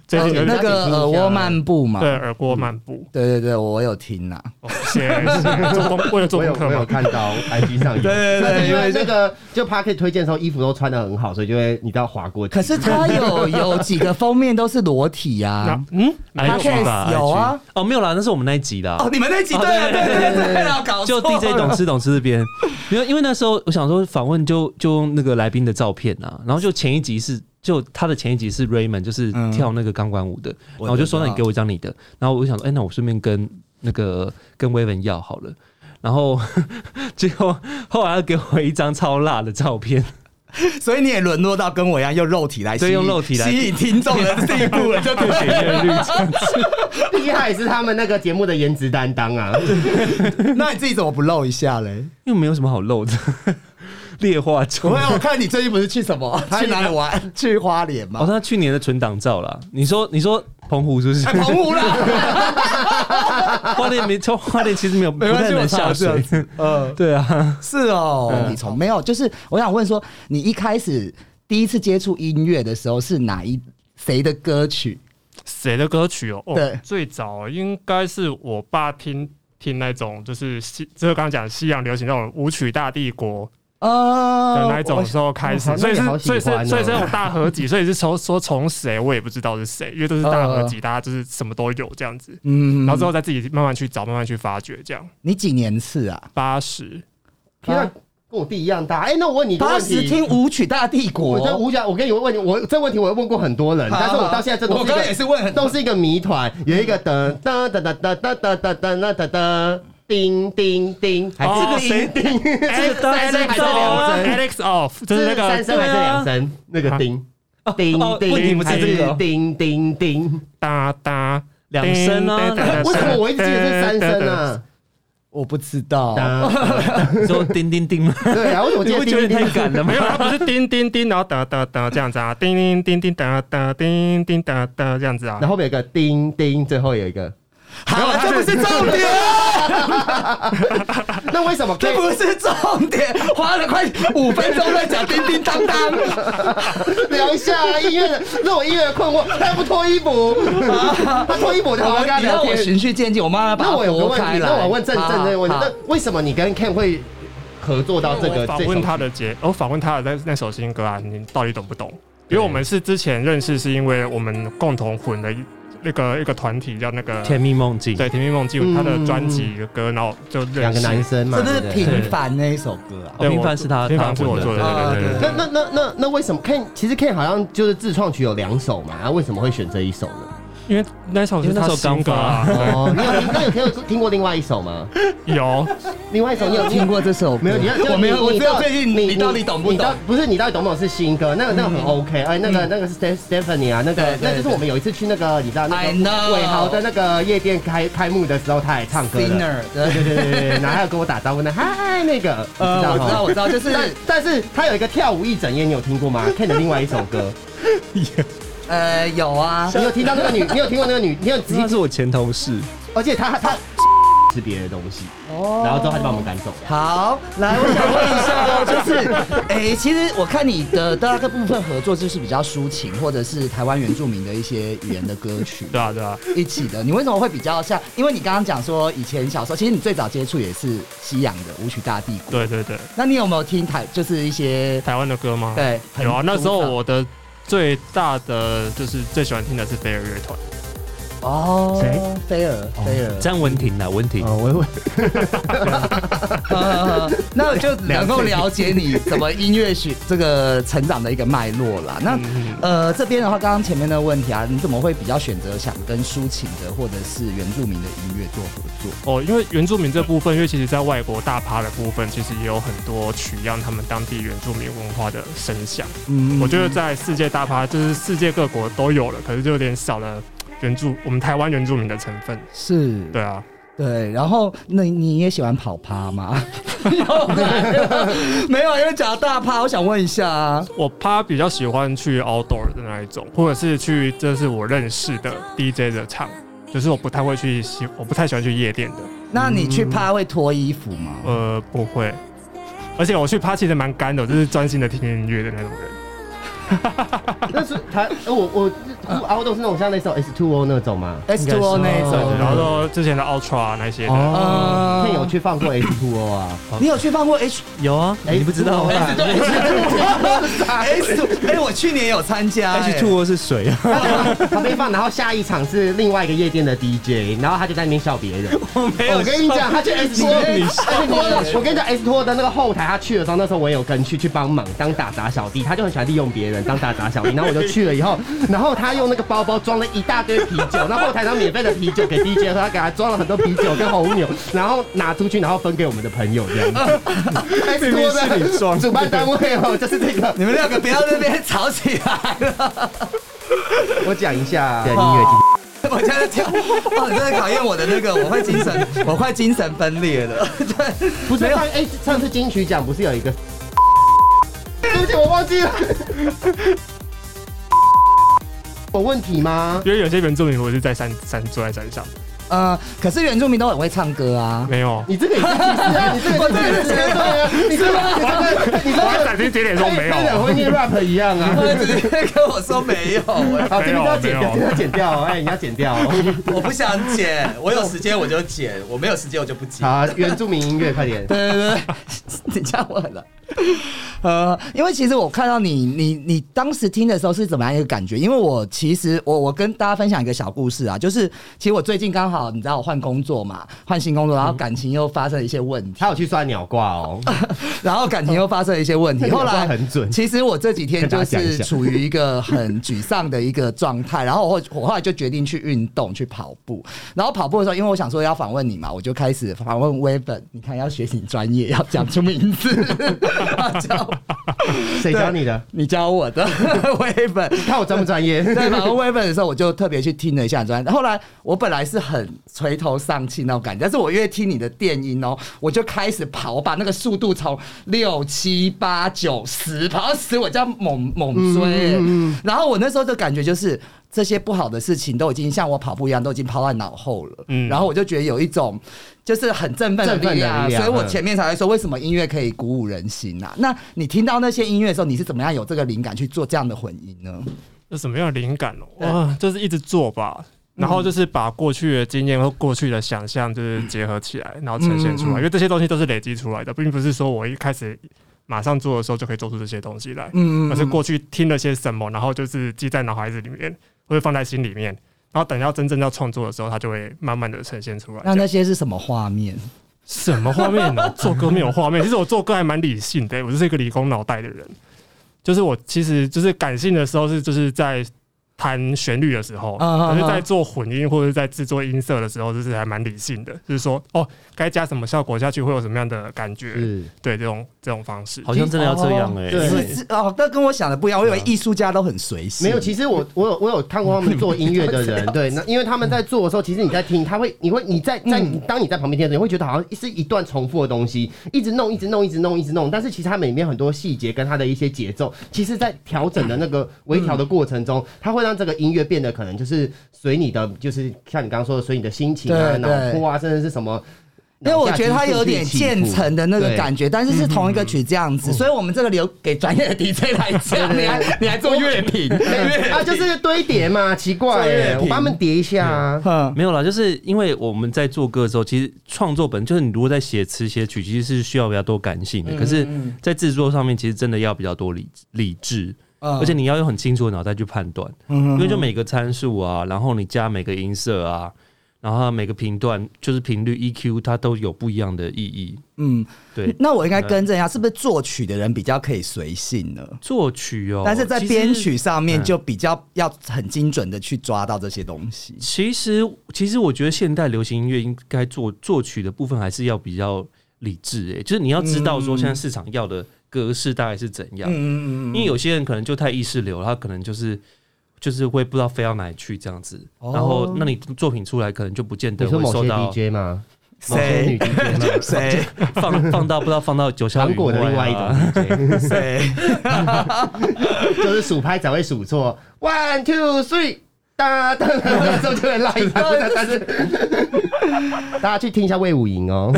[SPEAKER 2] 最近有
[SPEAKER 1] 哦那呃
[SPEAKER 2] 点
[SPEAKER 1] 个耳蜗漫步嘛，嗯
[SPEAKER 2] 对耳郭漫步，
[SPEAKER 1] 对对对，我有听呐。啊
[SPEAKER 2] 哦谢谢，做功为了做
[SPEAKER 3] 我有
[SPEAKER 2] 功课
[SPEAKER 3] 我有
[SPEAKER 2] 嘛。
[SPEAKER 3] 看到 IG 上有，
[SPEAKER 1] 对对
[SPEAKER 3] 但是
[SPEAKER 1] 对，
[SPEAKER 3] 因
[SPEAKER 1] 因为
[SPEAKER 3] 为
[SPEAKER 1] 这
[SPEAKER 3] 那
[SPEAKER 1] 个。
[SPEAKER 3] 个就 Parket 推荐的时候，衣服都穿的很好，所以就会你都要划过去。
[SPEAKER 1] 可是它有有几个封面都是裸体呀、
[SPEAKER 2] 那嗯，
[SPEAKER 1] 哪
[SPEAKER 5] IG 吧
[SPEAKER 1] Podcast 有啊，
[SPEAKER 5] IG 哦没有啦，那是我们那一集的啊、
[SPEAKER 1] 哦，你们那集对啊
[SPEAKER 5] 哦
[SPEAKER 1] 对
[SPEAKER 5] 对
[SPEAKER 1] 对对对了， 搞
[SPEAKER 5] 就
[SPEAKER 1] 错啊
[SPEAKER 5] DJ
[SPEAKER 1] 了
[SPEAKER 5] 董事董事 这边，因为因为那时候我想说访问就就用那个来宾的照片啊，然后就前一集是就他的前一集是 Raymond 就是
[SPEAKER 1] 嗯
[SPEAKER 5] 跳那个钢管舞的，然
[SPEAKER 1] 我
[SPEAKER 5] 后我就说
[SPEAKER 1] 知道
[SPEAKER 5] 那你给我一张你的，然后我就想说哎、那我顺便跟那个跟威文要好了，然后 结果后来他给我一张超辣的照片，
[SPEAKER 1] 所以你也沦落到跟我一样用肉体来吸引
[SPEAKER 5] 对用肉体来
[SPEAKER 1] 吸引听众的地步了，就对
[SPEAKER 5] 点阅率
[SPEAKER 3] 厉害是他们那个节目的颜值担当 啊，
[SPEAKER 1] 那你自己怎么不露一下嘞？
[SPEAKER 5] 因为没有什么好露的， 劣化
[SPEAKER 1] 我
[SPEAKER 5] 中。
[SPEAKER 1] 我看你最近不是去什么？ 去哪里玩？去花莲
[SPEAKER 5] 哦，
[SPEAKER 1] 吗？
[SPEAKER 5] 他去年的存档照啦。你说，你说澎湖是不 是
[SPEAKER 1] 哎，？澎湖啦，
[SPEAKER 5] 花莲没，花莲其实没有，不
[SPEAKER 1] 没关
[SPEAKER 5] 太
[SPEAKER 1] 系，我
[SPEAKER 5] 能
[SPEAKER 1] 查
[SPEAKER 5] 下
[SPEAKER 1] 了这样
[SPEAKER 5] 水。
[SPEAKER 1] 子。 嗯，
[SPEAKER 5] 对啊，
[SPEAKER 1] 是哦，
[SPEAKER 5] 嗯
[SPEAKER 1] 你从没有，就是我想问说，你一开始第一次接触音乐的时候是哪一谁的歌曲？
[SPEAKER 2] 谁的歌曲哦？哦
[SPEAKER 1] 对
[SPEAKER 2] 最早应该是我爸听听那种，就是西，就是刚刚讲西洋流行那种舞曲大帝国的
[SPEAKER 1] 呃，
[SPEAKER 2] 那一种时候开始，
[SPEAKER 3] 哦我
[SPEAKER 2] 所以是
[SPEAKER 3] 我好喜
[SPEAKER 2] 所
[SPEAKER 3] 欢
[SPEAKER 2] 以
[SPEAKER 3] 哦
[SPEAKER 2] 是所以是那种大合集，所以是从说从谁我也不知道是谁，因为都是大合
[SPEAKER 3] 嗯
[SPEAKER 2] 集，大家就是什么都有这样子，
[SPEAKER 1] 嗯
[SPEAKER 2] 然后之后再自己慢慢去找，慢慢去发掘这样。
[SPEAKER 1] 你几年次啊？
[SPEAKER 2] 八十
[SPEAKER 3] 天啊，跟我弟一样大。哎，那我问你一个
[SPEAKER 1] 八
[SPEAKER 3] 问
[SPEAKER 1] 十
[SPEAKER 3] 题。
[SPEAKER 1] 听舞曲大帝
[SPEAKER 3] 我这
[SPEAKER 1] 国，
[SPEAKER 3] 吴讲，我跟你问你，我这问题我问过很多人，但是我到现在这都
[SPEAKER 1] 我
[SPEAKER 3] 是一
[SPEAKER 1] 刚刚也
[SPEAKER 3] 个
[SPEAKER 1] 是问很多
[SPEAKER 3] 都是一个谜团。有一个噔噔噔噔噔噔噔噔噔噔噔，叮叮叮，还
[SPEAKER 2] 哦
[SPEAKER 3] 是
[SPEAKER 2] 谁
[SPEAKER 3] 叮？
[SPEAKER 5] 哎
[SPEAKER 2] Alex
[SPEAKER 3] 三声还是两声？
[SPEAKER 2] Alex off，就是那
[SPEAKER 3] 三
[SPEAKER 2] 个
[SPEAKER 3] 声还是两声？那
[SPEAKER 1] 啊
[SPEAKER 3] 个叮 叮
[SPEAKER 5] 哦
[SPEAKER 3] 叮，
[SPEAKER 5] 问题不
[SPEAKER 2] 是这
[SPEAKER 5] 个哦
[SPEAKER 3] 叮叮叮。
[SPEAKER 2] 哒哒
[SPEAKER 5] 两声啊
[SPEAKER 2] 叮叮叮
[SPEAKER 3] 为什么我一直记得是三声啊呢？
[SPEAKER 1] 我不知道。
[SPEAKER 5] 你说叮叮叮吗？
[SPEAKER 3] 对啊，为什么我记得
[SPEAKER 5] 你不
[SPEAKER 3] 叮
[SPEAKER 5] 觉得
[SPEAKER 3] 叮叮
[SPEAKER 5] 太赶了吗
[SPEAKER 2] 没？有，它不是叮叮叮，然后哒哒哒这样子啊，叮叮叮叮哒哒叮叮哒哒这样子啊
[SPEAKER 3] 然。后后面有一个叮叮，最后有一个。
[SPEAKER 1] 好了，这不是重点，
[SPEAKER 3] 那为什么可以
[SPEAKER 1] 这？不是重点，花了快五分钟在讲叮叮当 当。
[SPEAKER 3] 聊一下音乐的，那我音乐的困惑，他又不脱衣服，他脱衣服我就好好跟他
[SPEAKER 1] 你让
[SPEAKER 3] 聊
[SPEAKER 1] 我
[SPEAKER 3] 天。
[SPEAKER 1] 循序渐进，我慢慢把它
[SPEAKER 3] 那我有个
[SPEAKER 1] 拨
[SPEAKER 3] 问
[SPEAKER 1] 开
[SPEAKER 3] 题，
[SPEAKER 1] 来。
[SPEAKER 3] 那我问郑
[SPEAKER 1] 好
[SPEAKER 3] 郑这个问题，
[SPEAKER 1] 好
[SPEAKER 3] 那为什么你跟 Ken 会合作到这
[SPEAKER 2] 我
[SPEAKER 3] 个？
[SPEAKER 2] 访
[SPEAKER 3] 这首
[SPEAKER 2] 问他的节，我访问他的那那首新歌啊，你到底懂不懂？因为我们是之前认识，是因为我们共同混的一那个一个团体叫那个
[SPEAKER 5] 甜蜜梦境，
[SPEAKER 2] 对甜蜜梦境，他的专辑的歌，然后就认
[SPEAKER 3] 两个
[SPEAKER 2] 识。
[SPEAKER 3] 男生嘛，
[SPEAKER 1] 是不是
[SPEAKER 3] 对对
[SPEAKER 1] 平凡那一首歌 啊？
[SPEAKER 5] 哦，平凡是他，
[SPEAKER 2] 平凡是我做
[SPEAKER 5] 他
[SPEAKER 1] 啊
[SPEAKER 2] 的，对对
[SPEAKER 1] 对
[SPEAKER 2] 对
[SPEAKER 3] 那
[SPEAKER 2] 对。
[SPEAKER 3] 那那那那为什么 Ken 其实 Ken 好像就是自创曲有两首嘛，然后为什么会选这一首呢？
[SPEAKER 2] 因为那首是他新歌啊，
[SPEAKER 3] 哦，你有那有听有听过另外一首吗？
[SPEAKER 2] 对有
[SPEAKER 3] 另外一首你有
[SPEAKER 1] 听？过这首歌啊
[SPEAKER 3] 没有，你要
[SPEAKER 1] 我没有，我
[SPEAKER 3] 你
[SPEAKER 1] 只有最近
[SPEAKER 3] 你
[SPEAKER 1] 你到底懂不
[SPEAKER 3] 你
[SPEAKER 1] 懂
[SPEAKER 3] 到？不是你到底懂不懂是新歌，那个那个很 OK，哎，那个那个是 Ste- Stephanie 啊，那个
[SPEAKER 1] 对对
[SPEAKER 3] 那就是我们有一次去那个你知道那
[SPEAKER 1] I know
[SPEAKER 3] 个伟豪的那个夜店开开幕的时候，他也唱歌了。
[SPEAKER 1] Sinner，对
[SPEAKER 3] 对对对对，对然后他有跟我打招呼呢，嗨那个，
[SPEAKER 1] 呃，我知道，我
[SPEAKER 3] 我
[SPEAKER 1] 知道，就是
[SPEAKER 3] 但但是他有一个跳舞一整夜，你有听过吗？Ken 的另外一首歌，
[SPEAKER 1] 呃，有啊，
[SPEAKER 3] 你有听到那个女，你有听过那个女，你有仔
[SPEAKER 5] 他
[SPEAKER 3] 细，
[SPEAKER 5] 是我前同事，
[SPEAKER 3] 而且他他吃别的东西，然后之后他就把我们赶走了。
[SPEAKER 1] 好，来，我想问一下 哦，就是，哎、其实我看你的大概部分合作就是比较抒情，或者是台湾原住民的一些语言的歌曲
[SPEAKER 2] 对啊对啊，
[SPEAKER 1] 一起的。你为什么会比较像？因为你刚刚讲说以前小时候，其实你最早接触也是西洋的舞曲大帝国。
[SPEAKER 2] 对对对，
[SPEAKER 1] 那你有没有听台就是一些
[SPEAKER 2] 台湾的歌吗？
[SPEAKER 1] 对？很
[SPEAKER 2] 有啊，那时候
[SPEAKER 1] 古早
[SPEAKER 2] 我的最大的就是最喜欢听的是飞儿乐团，
[SPEAKER 1] 哦，
[SPEAKER 3] 谁
[SPEAKER 1] 菲尔菲
[SPEAKER 2] 哦
[SPEAKER 1] 尔
[SPEAKER 5] 詹文婷啊，文
[SPEAKER 1] 哦
[SPEAKER 5] 婷，
[SPEAKER 3] 我我
[SPEAKER 1] 呃，那我就能够了解你怎么音乐学这个成长的一个脉络啦。那
[SPEAKER 2] 嗯
[SPEAKER 1] 呃，这边的话，刚刚前面的问题啊，你怎么会比较选择想跟抒情的或者是原住民的音乐做合作？
[SPEAKER 2] 哦，因为原住民这部分，因为其实在外国大趴的部分，其实也有很多取样他们当地原住民文化的声响。
[SPEAKER 1] 嗯
[SPEAKER 2] 我觉得在世界大趴，就是世界各国都有了，可是就有点少了原住我们台湾原住民的成分。
[SPEAKER 1] 是
[SPEAKER 2] 对啊，
[SPEAKER 1] 对。然后，那你也喜欢跑趴 吗？ 没有，因为讲到大趴，我想问一下啊，
[SPEAKER 2] 我趴比较喜欢去 outdoor 的那一种，或者是去这是我认识的 DJ 的场，就是我不太会去喜，我不太喜欢去夜店的。
[SPEAKER 1] 那你去趴会脱衣服吗？
[SPEAKER 2] 呃，不会。而且我去趴其实蛮干的，我就是专心的听音乐的那种人。
[SPEAKER 3] 那是他，呃我我酷凹洞是那种像那首 S Two O 那种吗？
[SPEAKER 1] S Two O 那一种
[SPEAKER 3] 对。
[SPEAKER 2] 然后说之前的 Ultra 啊那些的，
[SPEAKER 5] 哦，
[SPEAKER 1] 呃
[SPEAKER 3] 那有去放过 S Two O 啊？
[SPEAKER 1] 你有去放过 H
[SPEAKER 5] 有啊，哦你不知道
[SPEAKER 3] 哎
[SPEAKER 5] 吗
[SPEAKER 3] 对啊
[SPEAKER 1] S Two？哎，我去年也有参加哎
[SPEAKER 5] ？H two O 是水啊，
[SPEAKER 3] 他没放，然后下一场是另外一个夜店的 DJ，然后他就在那边笑别人。
[SPEAKER 5] 我没有。
[SPEAKER 3] 我跟你讲，他去 S 托，
[SPEAKER 5] 你
[SPEAKER 3] 我跟你讲 S 托的那个后台，他去的时候，那时候我也有跟去去帮忙当打杂小弟，他就很喜欢利用别人当打杂小弟，然后我就去了以后， 然后他用那个包包装了一大堆啤酒，那后台上免费的啤酒给 DJ 喝，他给他装了很多啤酒跟红牛，然后拿出去，然后分给我们的朋友这样子。S
[SPEAKER 5] 明明是你装的
[SPEAKER 3] 主办单位哦，就是这个，
[SPEAKER 1] 你们两个不要在那边吵起来了。
[SPEAKER 3] 我讲一下对音乐
[SPEAKER 1] 我现在跳，哦，你真的考验我的那个，我会精神，我快精神分裂了。对，
[SPEAKER 3] 不是上哎，上次金曲奖不是有一个？对不起，我忘记了。有问题吗？
[SPEAKER 2] 因为有些原住民我是在山山住在山上，
[SPEAKER 1] 呃，可是原住民都很会唱歌啊。
[SPEAKER 2] 没有。
[SPEAKER 3] 你这个也是歧视啊！你这个也是歧视啊！你这个你这个你
[SPEAKER 2] 我还
[SPEAKER 3] 这
[SPEAKER 2] 斩钉截铁说
[SPEAKER 3] 个
[SPEAKER 2] 没有，
[SPEAKER 3] 很会念 rap 一样啊！
[SPEAKER 1] 他直接跟我说没有，我
[SPEAKER 3] 好，这边要剪掉，这边要剪掉，哎，你要剪掉。
[SPEAKER 1] 我不想剪，我有时间我就剪，我没有时间我就不剪。
[SPEAKER 3] 好，原住民音乐，快点。
[SPEAKER 1] 对对对，你叫我了。呃，因为其实我看到你，你你当时听的时候是怎么样一个感觉？因为我其实我我跟大家分享一个小故事啊，就是其实我最近刚好你知道我换工作嘛，换新工作，然后感情又发生了一些问题，
[SPEAKER 3] 他有去刷鸟挂哦，
[SPEAKER 1] 然后感情又发生了一些问
[SPEAKER 3] 那
[SPEAKER 1] 题。
[SPEAKER 3] 你
[SPEAKER 1] 后
[SPEAKER 3] 有
[SPEAKER 1] 来
[SPEAKER 3] 抓很准
[SPEAKER 1] 其实我这几天就
[SPEAKER 3] 跟大家讲一
[SPEAKER 1] 是
[SPEAKER 3] 下
[SPEAKER 1] 处于一个很沮丧的一个状态，然后我我后来就决定去运动，去跑步。然后跑步的时候，因为我想说要访问你嘛，我就开始访问 w e b e n 你看，要学你专业，要讲出名字， 要教
[SPEAKER 3] 谁教你的？
[SPEAKER 1] 你教我的 w e b e n
[SPEAKER 3] 你看我专不专业？
[SPEAKER 1] 在访问 w e b e n 的时候，我就特别去听了一下你专业。后来我本来是很垂头丧气那种感觉，但是我越听你的电音哦，我就开始跑，我把那个速度从六七八九十跑到十，我这样猛猛
[SPEAKER 3] 嗯
[SPEAKER 1] 追、然后我那时候的感觉就是。这些不好的事情都已经像我跑步一样，都已经抛在脑后了。
[SPEAKER 2] 嗯
[SPEAKER 1] 然后我就觉得有一种就是很振奋的
[SPEAKER 3] 振奋
[SPEAKER 1] 力
[SPEAKER 3] 的
[SPEAKER 1] 量，
[SPEAKER 3] 力量
[SPEAKER 1] 所以我
[SPEAKER 3] 嗯
[SPEAKER 1] 前面才会说为什么音乐可以鼓舞人心呐、那你听到那些音乐的时候，你是怎么样有这个灵感去做这样的混音呢？
[SPEAKER 2] 有什么样的灵感哦？哇，就是一直做吧，然后就是把过去的经验和过去的想象，就是结合起来，然后呈现出
[SPEAKER 1] 嗯嗯嗯
[SPEAKER 2] 来。因为这些东西都是累积出来的，并不是说我一开始马上做的时候就可以做出这些东西来，
[SPEAKER 1] 嗯
[SPEAKER 2] 而是过去听了些什么，然后就是记在脑海子里面，或者放在心里面。然后等到真正要创作的时候，它就会慢慢的呈现出来。
[SPEAKER 1] 那那些是什么画面？
[SPEAKER 2] 什么画面呢？做歌没有画面。其实我做歌还蛮理性的、我就是一个理工脑袋的人。就是我其实就是感性的时候是就是在弹旋律的时候，
[SPEAKER 1] 啊啊啊
[SPEAKER 2] 可是在做混音或者在制作音色的时候，就是还蛮理性的，就是说哦，该加什么效果下去会有什么样的感觉，
[SPEAKER 3] 是
[SPEAKER 2] 对这种这种方式。
[SPEAKER 5] 好像真的要这样哎、
[SPEAKER 3] 对啊
[SPEAKER 1] 是是哦，那跟我想的不一样。我以为艺术家都很随性，
[SPEAKER 3] 没有，其实我我有我有看过他们做音 乐的人，对，那因为他们在做的时候，其实你在听，他会，你会你在在
[SPEAKER 1] 嗯
[SPEAKER 3] 你当你在旁边听的时候，你会觉得好像是一段重复的东西，一直弄，一直弄，一直弄，一直弄，但是其实他们里面很多细节跟他的一些节奏，其实在调整的那个微调的过程中，
[SPEAKER 1] 嗯
[SPEAKER 3] 它会让这个音乐变得可能就是随你的，就是像你刚刚说的，随你的心情啊、
[SPEAKER 1] 对
[SPEAKER 3] 脑
[SPEAKER 1] 对
[SPEAKER 3] 波啊，甚至是什么。
[SPEAKER 1] 因为我觉得它有点渐层的那个感
[SPEAKER 3] 觉。
[SPEAKER 1] 觉，但是是同一个曲这样子，所以我们这个留给专业的 DJ 来讲。你还你还做乐 评，
[SPEAKER 3] 啊，就是堆叠嘛，奇怪 欸，我帮他们叠一下啊。
[SPEAKER 1] 哼
[SPEAKER 5] 没有啦，就是因为我们在做歌的时候，其实创作本就是你如果在写词写曲，其实是需要比较多感性的。可是，在制作上面，其实真的要比较多理理智，
[SPEAKER 1] 嗯
[SPEAKER 5] 而且你要用很清楚的脑袋去判断，因为就每个参数
[SPEAKER 1] 嗯
[SPEAKER 5] 啊，然后你加每个音色啊，然后每个频段就是频率 EQ，它都有不一样的意义。
[SPEAKER 1] 嗯，
[SPEAKER 5] 对，
[SPEAKER 1] 那我应该更正一下，是不是作曲的人比较可以随性呢？
[SPEAKER 5] 作曲哦，
[SPEAKER 1] 但是在
[SPEAKER 5] 其实
[SPEAKER 1] 编曲上面就比较要很精准的去抓到这些东西。
[SPEAKER 5] 其实，其实我觉得现代流行音乐应该作作曲的部分还是要比较理智、欸，就是你要知道说现在市场要的格式大概是怎样，
[SPEAKER 1] 嗯嗯嗯
[SPEAKER 5] 因为有些人可能就太意识流了，他可能就是就是会不知道飞到哪里去这样子，
[SPEAKER 1] 哦
[SPEAKER 5] 然后那你作品出来可能就不见
[SPEAKER 3] 你
[SPEAKER 5] 得
[SPEAKER 3] 说
[SPEAKER 5] 会
[SPEAKER 3] 某
[SPEAKER 5] 受
[SPEAKER 3] 些
[SPEAKER 5] 到
[SPEAKER 3] DJ 吗？某些
[SPEAKER 1] 谁
[SPEAKER 3] 女 DJ 吗？
[SPEAKER 1] 谁
[SPEAKER 5] 放放到不知道放到九霄
[SPEAKER 3] 糖
[SPEAKER 5] 云
[SPEAKER 3] 果的另外
[SPEAKER 5] 外
[SPEAKER 3] 一
[SPEAKER 5] 啊。
[SPEAKER 3] 种 DJ，
[SPEAKER 1] 谁？
[SPEAKER 3] 就是数拍才会数错，one two three。哒哒，那时候就会拉一下，但 是 大家去听一下魏武营哦。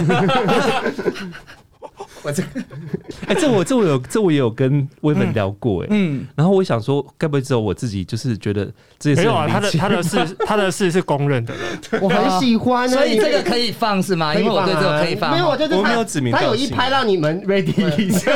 [SPEAKER 1] 我这
[SPEAKER 5] 哎、这我这我有这我也有跟威本聊过哎、
[SPEAKER 1] 嗯，
[SPEAKER 5] 然后我想说，该不会只有我自己就是觉得这件
[SPEAKER 2] 没
[SPEAKER 5] 事
[SPEAKER 2] 有啊，他
[SPEAKER 5] 很
[SPEAKER 2] 的
[SPEAKER 5] 离奇？
[SPEAKER 2] 他的事他的事是公认的了，
[SPEAKER 1] 我
[SPEAKER 3] 我很喜欢啊，
[SPEAKER 1] 所以
[SPEAKER 3] 你
[SPEAKER 1] 这个可以放是吗？因为我对这个可以放，
[SPEAKER 3] 啊没有，我就是
[SPEAKER 5] 我
[SPEAKER 3] 他
[SPEAKER 5] 没有指名道
[SPEAKER 3] 他
[SPEAKER 5] 姓啊
[SPEAKER 3] 有一拍让你们 ready 一下，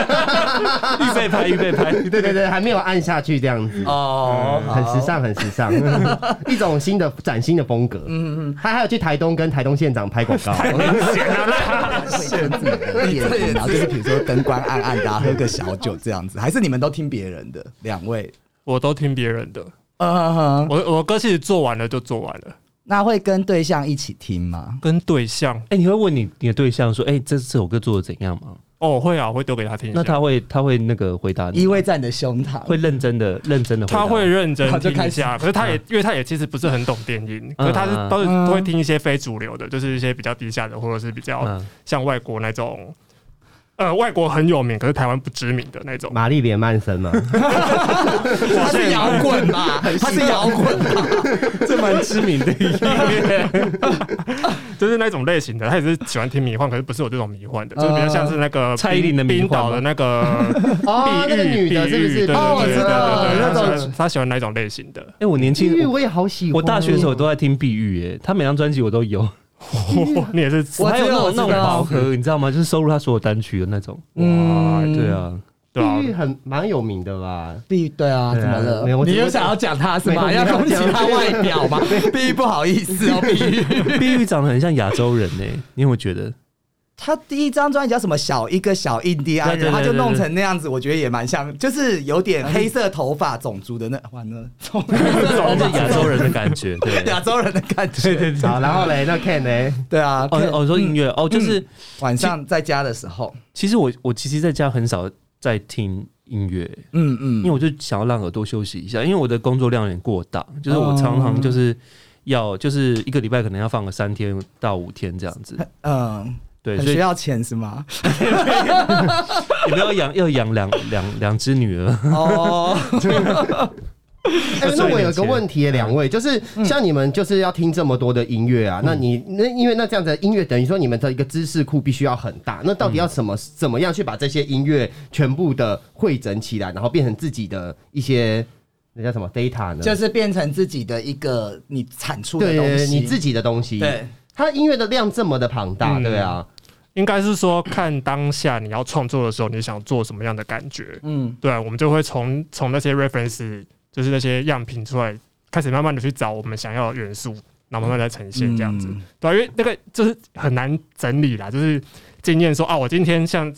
[SPEAKER 5] 预备拍，预备拍。
[SPEAKER 3] 对对对，还没有按下去这样子。
[SPEAKER 1] 哦，
[SPEAKER 3] 很
[SPEAKER 1] 好
[SPEAKER 3] 时。尚，很时尚， 一种新的崭新的风格。嗯嗯，他还有去台东跟台东县长拍广告，
[SPEAKER 1] 会自己的夜景然后就是比如说灯光暗暗的啊、喝个小酒这样子，还是你们都听别人的？两位，
[SPEAKER 2] 我都听别人的。
[SPEAKER 1] 嗯哼，
[SPEAKER 2] 我我歌其实做完了就做完了，
[SPEAKER 1] 那会跟对象一起听吗？
[SPEAKER 2] 跟对象
[SPEAKER 5] 哎、你会问你你的对象说，哎、这这首歌做的怎样吗？
[SPEAKER 2] 哦我会啊，我会丢给他听一下。
[SPEAKER 5] 那他会他会那个回答你
[SPEAKER 1] 依
[SPEAKER 5] 吗，
[SPEAKER 1] 偎在你的胸膛，
[SPEAKER 5] 会认真的认真的，
[SPEAKER 2] 他会认真
[SPEAKER 1] 他就
[SPEAKER 2] 听
[SPEAKER 1] 开
[SPEAKER 2] 一
[SPEAKER 1] 始
[SPEAKER 2] 下，可是他也，因为他也其实不是很懂电音，可是他是
[SPEAKER 5] 嗯嗯
[SPEAKER 2] 都是
[SPEAKER 1] 嗯
[SPEAKER 2] 都会听一些非主流的，就是一些比较地下的，或者是比较
[SPEAKER 5] 嗯
[SPEAKER 2] 像外国那种，呃，外国很有名，可是台湾不知名的那 种。
[SPEAKER 3] 玛丽莲曼森嘛，
[SPEAKER 1] 他是摇滚吧？他是摇滚吧？
[SPEAKER 5] 这蛮知名的音乐。
[SPEAKER 2] 就是那种类型的，他也是喜欢听迷幻，可是不是我这种迷幻的，就是比较像是那个
[SPEAKER 5] 蔡依林的迷
[SPEAKER 2] 冰
[SPEAKER 5] 幻吗
[SPEAKER 2] 岛的那个
[SPEAKER 3] 哦
[SPEAKER 2] 碧
[SPEAKER 3] 那个
[SPEAKER 2] 玉，
[SPEAKER 3] 女
[SPEAKER 2] 碧
[SPEAKER 3] 的是不是
[SPEAKER 2] 玉，对对对
[SPEAKER 3] 哦
[SPEAKER 1] 我
[SPEAKER 2] 对
[SPEAKER 1] 知
[SPEAKER 2] 对
[SPEAKER 1] 道
[SPEAKER 2] 对，
[SPEAKER 1] 那种
[SPEAKER 2] 他喜欢他喜欢那种类型的。
[SPEAKER 5] 哎、我年
[SPEAKER 3] 碧玉
[SPEAKER 5] 轻，我
[SPEAKER 3] 我也好喜欢。欸
[SPEAKER 5] 我大学的时候都在听碧玉、哎，他每张专辑我都有，
[SPEAKER 2] 哇 你也是，
[SPEAKER 1] 我
[SPEAKER 5] 还有
[SPEAKER 1] 知
[SPEAKER 5] 那
[SPEAKER 1] 道
[SPEAKER 5] 种那
[SPEAKER 1] 我
[SPEAKER 5] 种
[SPEAKER 1] 知道
[SPEAKER 5] 宝盒，你知道吗？就是收录他所有单曲的那种。哇，
[SPEAKER 1] 嗯
[SPEAKER 5] 对啊，
[SPEAKER 2] 对啊
[SPEAKER 3] 碧，玉很蛮有名的吧？
[SPEAKER 1] 碧对啊，
[SPEAKER 3] 对啊
[SPEAKER 1] 怎么
[SPEAKER 3] 没有
[SPEAKER 1] 了？
[SPEAKER 3] 我
[SPEAKER 1] 你又想要讲他是吗？
[SPEAKER 3] 没有
[SPEAKER 1] 要攻击
[SPEAKER 3] 没有
[SPEAKER 1] 他外表吗？碧玉不好意思哦，碧玉。
[SPEAKER 5] 碧玉长得很像亚洲人 呢、你有没有觉得？
[SPEAKER 1] 他第一张专辑叫什么？小印第安人，
[SPEAKER 5] 对对对对
[SPEAKER 1] 他就弄成那样子，我觉得也蛮像，就是有点黑色头发种族的那 完了，种族
[SPEAKER 5] 那是亚洲人的感 觉，对。
[SPEAKER 1] 亚洲人的感觉。对对
[SPEAKER 3] 好， 然后嘞，那 Ken 呢？
[SPEAKER 1] 啊，
[SPEAKER 5] 哦哦，说音乐、哦，就是
[SPEAKER 1] 晚上在家的时候，
[SPEAKER 5] 其实我我其实在家很少在听音乐、
[SPEAKER 1] 嗯
[SPEAKER 5] 因为
[SPEAKER 1] 嗯，
[SPEAKER 5] 我就想要让耳朵休息一下，因为我的工作量有点过大，就是我常常就是
[SPEAKER 1] 哦
[SPEAKER 5] 要就是一个礼拜可能要放个三天到五天这样子，
[SPEAKER 1] 嗯，
[SPEAKER 5] 对，
[SPEAKER 1] 很
[SPEAKER 5] 所以
[SPEAKER 1] 需要钱是吗？
[SPEAKER 5] 你们要养要养两两两只女儿，
[SPEAKER 1] 哦，
[SPEAKER 3] 哎、
[SPEAKER 5] 所
[SPEAKER 3] 那
[SPEAKER 5] 以
[SPEAKER 3] 我
[SPEAKER 5] 你
[SPEAKER 3] 有个
[SPEAKER 5] 觉得
[SPEAKER 3] 问题，两位就是像你们就是要听这么多的音乐啊，那你那因为那这样子的音乐等于说你们的一个知识库必须要很大，那到底要什么、怎么样去把这些音乐全部的汇整起来，然后变成自己的一些那叫什么 data 呢？
[SPEAKER 1] 就是变成自己的一个你产出的
[SPEAKER 3] 对
[SPEAKER 1] 东西，
[SPEAKER 3] 你自己的东西，
[SPEAKER 1] 对，
[SPEAKER 3] 它的音乐的量这么的庞大，
[SPEAKER 2] 嗯
[SPEAKER 3] 对啊，
[SPEAKER 2] 应该是说看当下你要创作的时候，你想做什么样的感觉。
[SPEAKER 1] 嗯
[SPEAKER 2] 对，啊我们就会从从那些 reference，就是那些样品出来，开始慢慢的去找我们想要的元素，然后慢慢来呈现这样子。
[SPEAKER 1] 嗯
[SPEAKER 2] 对啊、因为那个就是很难整理啦，就是经验说啊，我今天像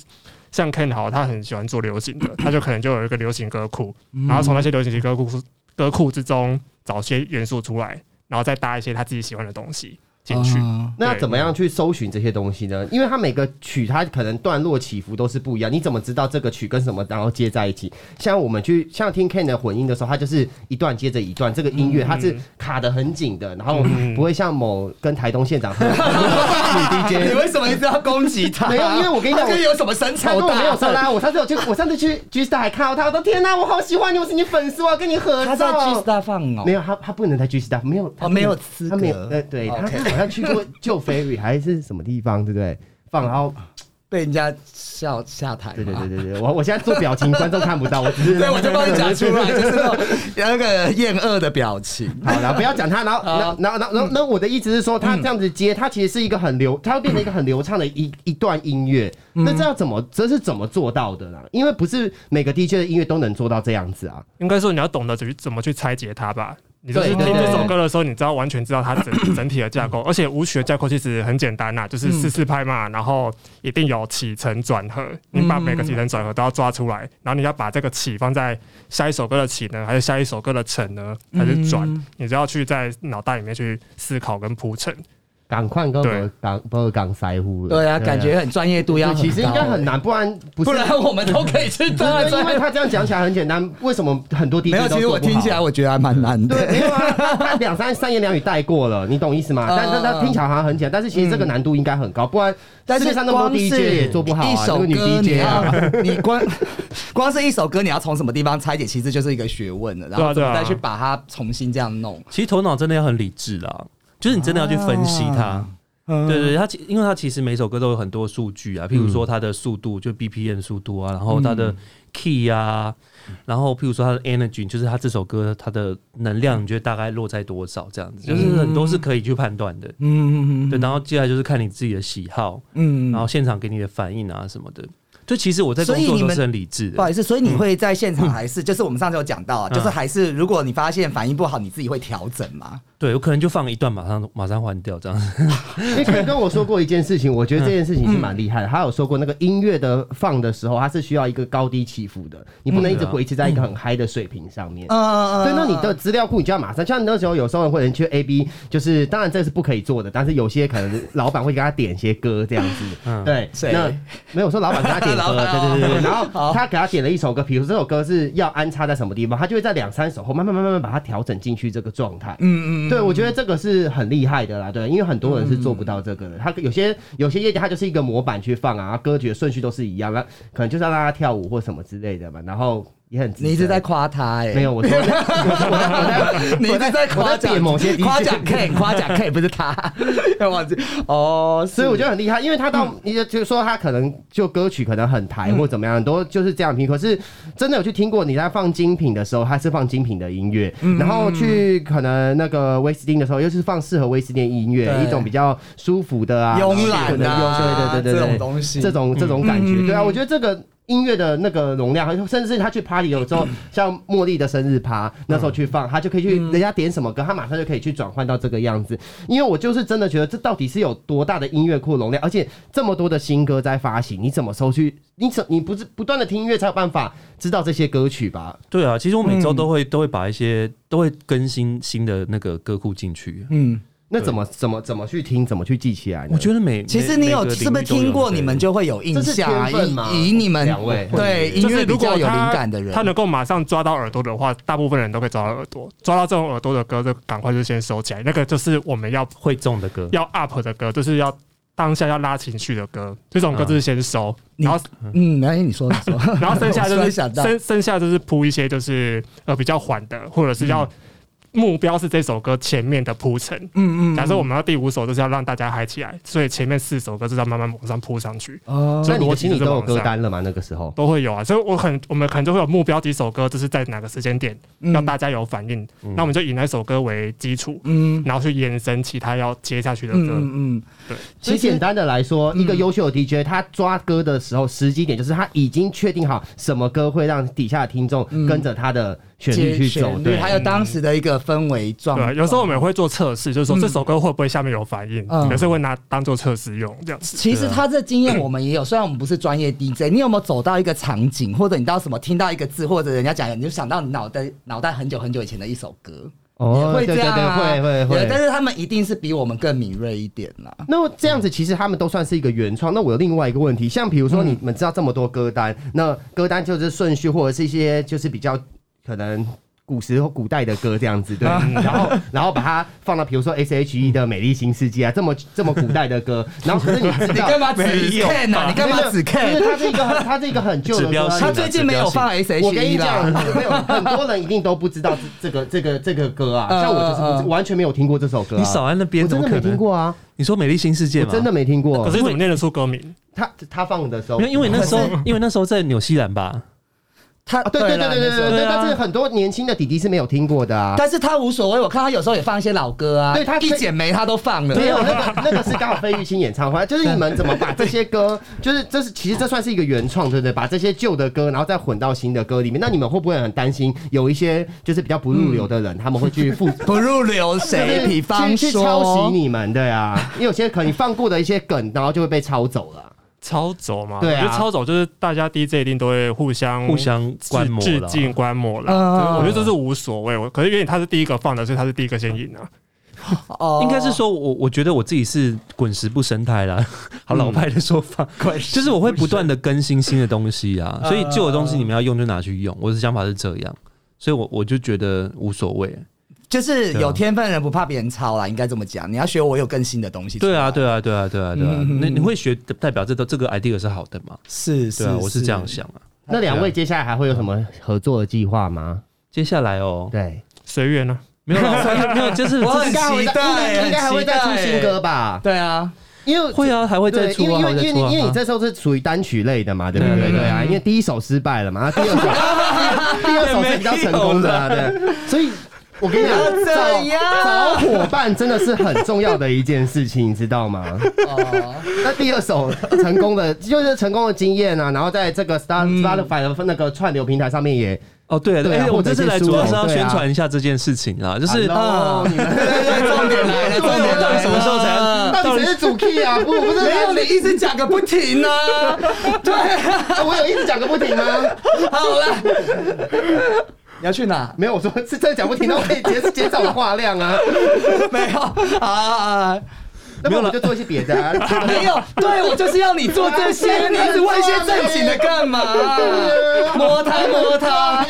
[SPEAKER 2] 像 Ken 好，他很喜欢做流 行的，他就可能就有一个流行歌库，
[SPEAKER 1] 嗯
[SPEAKER 2] 然后从那些流行歌库歌库之中找些元素出来，然后再搭一些他自己喜欢的东西进去。
[SPEAKER 1] 嗯
[SPEAKER 3] 那要
[SPEAKER 2] 对
[SPEAKER 3] 怎么样去搜寻这些东西呢？因为它每个曲它可能段落起伏都是不一样，你怎么知道这个曲跟什么然后接在一起？像我们去像听 Ken 的混音的时候，它就是一段接着一段，这个音乐它是卡得很紧的，然后不会像某跟台东县长 女 DJ
[SPEAKER 1] 啊你为什么一直要攻击他？
[SPEAKER 3] 没有因为我跟你讲
[SPEAKER 1] 他
[SPEAKER 3] 我
[SPEAKER 1] 跟有什么深
[SPEAKER 3] 他
[SPEAKER 1] 仇
[SPEAKER 3] 跟我没有
[SPEAKER 1] 大
[SPEAKER 3] 说
[SPEAKER 1] 恨？
[SPEAKER 3] 啦，我上次有去，我上次去 G Star 还看到他，我说天哪，我好喜欢你，我是你粉丝，我要跟你合
[SPEAKER 1] 他在 G
[SPEAKER 3] 照。
[SPEAKER 1] Star 放哦，
[SPEAKER 3] 没有，他他不能在 G Star，没有，他
[SPEAKER 1] 哦
[SPEAKER 3] 不能
[SPEAKER 1] 没有资
[SPEAKER 3] 他没有
[SPEAKER 1] 格，
[SPEAKER 3] 呃，对他
[SPEAKER 1] OK
[SPEAKER 3] 好像去过旧 ferry 还是什么地方，对不对？放然后，
[SPEAKER 1] 被人家笑下台吗。
[SPEAKER 3] 对对对对对，我我现在做表情，观众看不到，我只是
[SPEAKER 1] 对，我就帮你讲出来，就是那种那个厌恶的表情。
[SPEAKER 3] 好了，不要讲他，然后，然
[SPEAKER 1] 好
[SPEAKER 3] 后，然后，然后然后，那我的意思是说，他这样子接，他其实是一个很流，他会变成一个很流畅的一一段音乐。那这要怎么，这是怎么做到的呢？因为不是每个 DJ 的音乐都能做到这样子啊。
[SPEAKER 2] 应该说你要懂得去怎么去拆解它吧。你就是
[SPEAKER 3] 对
[SPEAKER 2] 听
[SPEAKER 3] 对
[SPEAKER 2] 这首
[SPEAKER 3] 对
[SPEAKER 2] 歌的时候，你知道完全知道它整 整体的架构，而且舞曲的架构其实很简单呐、啊就是
[SPEAKER 1] 嗯
[SPEAKER 2] 四四拍嘛，然后一定有起承转合，你把每个起承转合都要抓出来，然后你要把这个起放在下一首歌的起呢，还是下一首歌的承呢，还是转，
[SPEAKER 1] 嗯
[SPEAKER 2] 你就要去在脑袋里面去思考跟铺陈。
[SPEAKER 3] 赶快跟
[SPEAKER 2] 对
[SPEAKER 3] 我港不我港塞呼 了。
[SPEAKER 1] 对啊，感觉很专业度要
[SPEAKER 3] 对其实应该
[SPEAKER 1] 高
[SPEAKER 3] 很，难，不然不是
[SPEAKER 1] 不然我们都可以 去啊当
[SPEAKER 3] 对，因为
[SPEAKER 1] 专业。
[SPEAKER 3] 他这样讲起来很简单，为什么很多 DJ
[SPEAKER 1] 没有，
[SPEAKER 3] 都
[SPEAKER 1] 其实
[SPEAKER 3] 做
[SPEAKER 1] 我
[SPEAKER 3] 不好
[SPEAKER 1] 听起来我觉得还蛮难
[SPEAKER 3] 对，
[SPEAKER 1] 的。
[SPEAKER 3] 没有啊，他他两三三言两语带过了，你懂意思吗？
[SPEAKER 1] 嗯
[SPEAKER 3] 但但他听起来好像很简单，但是其实这个难度应该很高，不然
[SPEAKER 1] 但
[SPEAKER 3] 世界
[SPEAKER 1] 是
[SPEAKER 3] 上那么
[SPEAKER 1] 光
[SPEAKER 3] 多
[SPEAKER 1] 是
[SPEAKER 3] DJ 也做不好
[SPEAKER 1] 一
[SPEAKER 3] 啊，那
[SPEAKER 1] 首
[SPEAKER 3] 个女
[SPEAKER 1] 歌你
[SPEAKER 3] DJ 啊。
[SPEAKER 1] 要你光光是一首歌你要从什么地方拆解，其实就是一个学问了。然后怎
[SPEAKER 2] 对啊
[SPEAKER 1] 么
[SPEAKER 2] 对啊
[SPEAKER 1] 再去把它重新这样弄？啊
[SPEAKER 5] 其实头脑真的要很理智啦，就是你真的要去分析它，
[SPEAKER 2] 嗯
[SPEAKER 5] 对对，它其因为它其实每首歌都有很多数据啊，譬如
[SPEAKER 1] 嗯
[SPEAKER 5] 说它的速度，就 BPM 速度啊，然后它的 key 啊，然后譬如说它的 energy，就是它这首歌它的能量，你觉得大概落在多少这样子，
[SPEAKER 1] 嗯
[SPEAKER 5] 就是很多是可以去判断的。
[SPEAKER 1] 嗯嗯
[SPEAKER 5] 对，然后接下来就是看你自己的喜好，
[SPEAKER 1] 嗯
[SPEAKER 5] 然后现场给你的反应啊什么的。就其实我在工
[SPEAKER 1] 所以
[SPEAKER 5] 作
[SPEAKER 1] 你
[SPEAKER 5] 都
[SPEAKER 1] 们
[SPEAKER 5] 是很理智
[SPEAKER 1] 不好
[SPEAKER 5] 的，
[SPEAKER 1] 意思，所以你会在现场还是就是我们上次有讲到啊，
[SPEAKER 5] 嗯
[SPEAKER 1] 就是还是如果你发现反应不好，你自己会调整嘛？
[SPEAKER 5] 对我可能就放一段，马上马上换掉这样。
[SPEAKER 3] 因为可能跟我说过一件事情，我觉得这件事
[SPEAKER 1] 嗯
[SPEAKER 3] 情是蛮厉害的。他有说过，那个音乐的放的时候，它是需要一个高低起伏的，你不能一
[SPEAKER 1] 啊
[SPEAKER 3] 直维持在一个很嗨的水平上面。
[SPEAKER 1] 嗯
[SPEAKER 3] 对，那你的资料库你就要马上，像那时候有时候会有人去 A B，就是当然这是不可以做的，但是有些可能老板会给他点一些歌这样子，对，
[SPEAKER 1] 谁
[SPEAKER 3] 那没有说老板给他点
[SPEAKER 1] 老
[SPEAKER 3] 歌，
[SPEAKER 1] 板哦
[SPEAKER 3] 对对对对，然
[SPEAKER 1] 好
[SPEAKER 3] 后他给他点了一首歌，比如这首歌是要安插在什么地方，他就会在两三首后慢慢慢慢慢慢把它调整进去这个状态，
[SPEAKER 1] 嗯嗯
[SPEAKER 3] 对，我觉得这个是很厉害的啦，对，因为很多人是做不到这个
[SPEAKER 1] 嗯
[SPEAKER 3] 的。他有些有些业界，他就是一个模板去放啊，歌曲的顺序都是一样，那可能就是要让他跳舞或什么之类的嘛。然后也很值得
[SPEAKER 1] 你一直在夸他哎、
[SPEAKER 3] 没有，我说 我在我在
[SPEAKER 1] 你一直在
[SPEAKER 3] 我
[SPEAKER 1] 夸
[SPEAKER 3] 在
[SPEAKER 1] 奖
[SPEAKER 3] 贬某些 DJ
[SPEAKER 1] 夸奖 K，夸奖 K 不是他， 忘记哦，
[SPEAKER 3] 所以我觉
[SPEAKER 1] 得
[SPEAKER 3] 得很厉害，因为他到
[SPEAKER 1] 嗯
[SPEAKER 3] 你就就说他可能就歌曲可能很台或怎么样，很多就是这样听。可是真的有去听过你在放精品的时候，他是放精品的音乐，
[SPEAKER 1] 嗯
[SPEAKER 3] 然后去可能那个威斯汀的时候，又是放适合威斯汀的音乐，
[SPEAKER 1] 对
[SPEAKER 3] 一种比较舒服的啊，
[SPEAKER 1] 慵懒
[SPEAKER 3] 然后的
[SPEAKER 1] 啊
[SPEAKER 3] 慵对对对对对
[SPEAKER 1] 这种东西
[SPEAKER 3] 这种这种感觉，
[SPEAKER 1] 嗯
[SPEAKER 3] 对啊，我觉得这个。音乐的那个容量，甚至他去 party 有时候，像茉莉的生日趴，那时候去放，他就可以去人家点什么歌，他马上就可以去转换到这个样子。因为我就是真的觉得这到底是有多大的音乐库容量，而且这么多的新歌在发行，你怎么收去？你怎你不是不断的听音乐才有办法知道这些歌曲吧？
[SPEAKER 5] 对啊，其实我每
[SPEAKER 1] 嗯
[SPEAKER 5] 周都会、都会把一些都会更新新的那个歌库进去。
[SPEAKER 1] 嗯。
[SPEAKER 3] 那怎么怎么怎么去听，怎么去记起来呢？
[SPEAKER 5] 我觉得每
[SPEAKER 1] 其实你有是不是听过，你们
[SPEAKER 5] 就
[SPEAKER 1] 就会有印象啊？
[SPEAKER 3] 这是天分吗
[SPEAKER 1] 以以你们
[SPEAKER 3] 两位
[SPEAKER 1] 对音
[SPEAKER 2] 就是
[SPEAKER 1] 乐比
[SPEAKER 2] 如果
[SPEAKER 1] 较有
[SPEAKER 2] 他
[SPEAKER 1] 灵感的人，
[SPEAKER 2] 他能够马上抓到耳朵的话，大部分人都会抓到耳朵。抓到这种耳朵的歌，就赶快就先收起来。那个就是我们要
[SPEAKER 5] 会中的歌，
[SPEAKER 2] 要 up 的歌，就是要当下要拉情绪的歌，这种歌就是先收，然后
[SPEAKER 1] 嗯，没关系，你说你说，
[SPEAKER 2] 然后剩下
[SPEAKER 1] 我突
[SPEAKER 2] 就
[SPEAKER 1] 然
[SPEAKER 2] 是
[SPEAKER 1] 想到
[SPEAKER 2] 剩剩下就是铺一些就是呃比较缓的，或者是要目标是这首歌前面的铺陈。
[SPEAKER 1] 嗯嗯嗯，
[SPEAKER 2] 假设我们要第五首就是要让大家嗨起来，所以前面四首歌就是要慢慢往上铺上去，
[SPEAKER 1] 哦，
[SPEAKER 3] 那你
[SPEAKER 2] 逻
[SPEAKER 3] 的
[SPEAKER 2] 辑
[SPEAKER 3] 心
[SPEAKER 2] 就
[SPEAKER 3] 里
[SPEAKER 2] 是
[SPEAKER 3] 都有
[SPEAKER 2] 往
[SPEAKER 3] 歌
[SPEAKER 2] 上。
[SPEAKER 3] 单了吗？那个时候
[SPEAKER 2] 都会有啊，所以我很我们可能就会有目标几首歌，就是在哪个时间点
[SPEAKER 1] 嗯
[SPEAKER 2] 让大家有反应，那我们就以那首歌为基础，
[SPEAKER 1] 嗯
[SPEAKER 2] 然后去延伸其他要接下去的
[SPEAKER 1] 嗯
[SPEAKER 2] 歌。
[SPEAKER 1] 嗯嗯，
[SPEAKER 2] 对，
[SPEAKER 3] 其实简单的来说，一个优秀的 DJ，他抓歌的时候时机点就是他已经确定好什么歌会让底下的听众跟着他的旋律去
[SPEAKER 1] 嗯
[SPEAKER 3] 走，
[SPEAKER 1] 旋律
[SPEAKER 3] 对。
[SPEAKER 1] 还有当时的一个氛围状
[SPEAKER 2] 对啊，
[SPEAKER 1] 况，
[SPEAKER 2] 有时候我们会做测试，就是说
[SPEAKER 1] 嗯
[SPEAKER 2] 这首歌会不会下面有反应，
[SPEAKER 1] 嗯
[SPEAKER 2] 有时候会拿当做测试用这样子。
[SPEAKER 1] 其实
[SPEAKER 5] 啊
[SPEAKER 1] 他这经验我们也有，虽然我们不是专业 DJ，你有没有走到一个场景，或者你到什么听到一个字，或者人家讲，你就想到你脑袋脑袋很久很久以前的一首歌，也会
[SPEAKER 3] 哦对
[SPEAKER 1] 这
[SPEAKER 3] 对
[SPEAKER 1] 样
[SPEAKER 3] 对，
[SPEAKER 1] 啊，
[SPEAKER 3] 会会
[SPEAKER 1] 对
[SPEAKER 3] 会。
[SPEAKER 1] 但是他们一定是比我们更敏锐一点啦。
[SPEAKER 3] 那这样子，
[SPEAKER 1] 嗯
[SPEAKER 3] 其实他们都算是一个原创。那我有另外一个问题，像比如说你们知道这么多歌单，那歌单就是顺序或者是一些就是比较可能。古时候古代的歌这样子，对，
[SPEAKER 1] 啊
[SPEAKER 3] 嗯然后 然后把它放到比如说 S H E 的《美丽新世界》啊，这么这么古代的歌，然后可是你知
[SPEAKER 1] 你
[SPEAKER 3] 道
[SPEAKER 1] 干嘛只看呢？你干嘛只
[SPEAKER 3] 因为
[SPEAKER 1] 看？
[SPEAKER 3] 它是一个很它是一个很旧的
[SPEAKER 5] 指标
[SPEAKER 3] 歌啊，
[SPEAKER 5] 性
[SPEAKER 1] 他最近没有放
[SPEAKER 3] 我跟
[SPEAKER 1] S.H.E
[SPEAKER 3] 你讲，
[SPEAKER 1] 啦，
[SPEAKER 3] 没有很多人一定都不知道这这个这个这个歌啊，像我就是不
[SPEAKER 1] 嗯嗯
[SPEAKER 3] 知完全没有听过这首歌啊，
[SPEAKER 5] 你少在那边
[SPEAKER 3] 我真的
[SPEAKER 5] 怎么
[SPEAKER 3] 没
[SPEAKER 5] 可能
[SPEAKER 3] 听过啊，
[SPEAKER 5] 你说《美丽新世界》
[SPEAKER 3] 我
[SPEAKER 5] 吗？
[SPEAKER 3] 真的，没听过。
[SPEAKER 2] 可是你怎么念得出歌名？
[SPEAKER 3] 他他放的时候，
[SPEAKER 5] 因为因为那时候
[SPEAKER 1] 可是
[SPEAKER 5] 因为那时候在纽西兰吧，
[SPEAKER 1] 他
[SPEAKER 3] 啊，对对对对对对
[SPEAKER 5] 对
[SPEAKER 3] 对，
[SPEAKER 5] 啊
[SPEAKER 3] 但是很多年轻的弟弟是没有听过的啊。
[SPEAKER 1] 但是他无所谓，我看他有时候也放一些老歌啊，
[SPEAKER 3] 对他
[SPEAKER 1] 一剪梅他都放了，
[SPEAKER 3] 没有，那个那个是刚好费玉清演唱会，就是你们怎么把这些歌，就是这是其实这算是一个原创，对不对？把这些旧的歌，然后再混到新的歌里面，那你们会不会很担心有一些就是比较不入流的人，他们会去复
[SPEAKER 1] 不入流谁？哎比方
[SPEAKER 3] 去去抄袭
[SPEAKER 1] 说，
[SPEAKER 3] 你们的呀？因为有些可能你放过的一些梗，然后就会被抄走 了。
[SPEAKER 2] 超走嘛，
[SPEAKER 3] 对啊
[SPEAKER 2] 我觉得超走就是大家 DJ 一定都会互相
[SPEAKER 5] 互相
[SPEAKER 2] 致
[SPEAKER 5] 观摩
[SPEAKER 2] 致
[SPEAKER 5] 啦
[SPEAKER 2] 敬观摩啦。
[SPEAKER 1] 嗯
[SPEAKER 2] 我觉得这是无所谓，我可是因为他是第一个放的，所以他是第一个先赢啊。
[SPEAKER 1] 哦
[SPEAKER 5] 应该是说我我觉得我自己是滚石不生态啦，
[SPEAKER 1] 嗯
[SPEAKER 5] 好老派的说法， 就是我会不断的更新新的东西啊，所以旧的东西你们要用就拿去用，我的想法是这样，所以我我就觉得无所谓。
[SPEAKER 1] 就是有天分的人不怕别人抄啦，应该这么讲。你要学我有更新的东西。
[SPEAKER 5] 对啊，，对啊，对啊，对啊，对啊，那你会学代表这都这个 idea 是好的嘛？
[SPEAKER 1] 是是
[SPEAKER 5] 对啊，我是这样。想啊。
[SPEAKER 3] 那两位接下来还会有什么合作的计划吗？
[SPEAKER 5] 接下来哦，
[SPEAKER 3] 对，
[SPEAKER 2] 随缘啊，
[SPEAKER 5] 没有 啦没有，就是
[SPEAKER 1] 我很
[SPEAKER 3] 应该还会
[SPEAKER 1] 期待
[SPEAKER 3] 再应该还会再出新歌吧？
[SPEAKER 1] 对啊，
[SPEAKER 3] 因为
[SPEAKER 5] 会啊，还会再
[SPEAKER 3] 对，
[SPEAKER 5] 出啊，
[SPEAKER 3] 因
[SPEAKER 5] 还
[SPEAKER 3] 为
[SPEAKER 5] 会
[SPEAKER 3] 因为
[SPEAKER 5] 再
[SPEAKER 3] 因
[SPEAKER 5] 出
[SPEAKER 3] 为
[SPEAKER 5] 啊。
[SPEAKER 3] 你因为你这时候是属于单曲类的嘛，对不对？
[SPEAKER 5] 对对
[SPEAKER 3] 对啊，因为第一首失败了嘛，啊第二 首第二首是比较成功的啊，对，所以。我跟你讲，
[SPEAKER 1] 要怎样
[SPEAKER 3] 找找伙伴真的是很重要的一件事情，你知道吗？
[SPEAKER 5] 哦
[SPEAKER 3] 那第二首成功的，就是成功的经验啊，然后在这个 Star
[SPEAKER 5] 嗯
[SPEAKER 3] Spotify 的那个串流平台上面也，
[SPEAKER 5] 哦，对啊，
[SPEAKER 3] 对啊
[SPEAKER 5] 哎，我们这次来主要是要
[SPEAKER 3] 或者一些
[SPEAKER 5] 宣
[SPEAKER 3] 书哦
[SPEAKER 5] 传一下这件事情啦，就是
[SPEAKER 3] 啊，你们
[SPEAKER 1] 对对对，重点来了，重点来
[SPEAKER 5] 到底
[SPEAKER 1] 了，
[SPEAKER 5] 什么时候才要
[SPEAKER 3] 到底谁是主 key 啊？不，不是
[SPEAKER 1] 没有，你一直讲个不停啊！对，
[SPEAKER 3] 啊我有一直讲个不停吗？
[SPEAKER 1] 好了，你要去哪？
[SPEAKER 3] 没有，我说是真的讲不停，那我可以减减少我的话量啊。
[SPEAKER 1] 没有啊，
[SPEAKER 3] 那么我们就做一些别的、啊。
[SPEAKER 1] 没有，对我就是要你做这些，你一直问一些正经的干嘛？摸他，摸 他，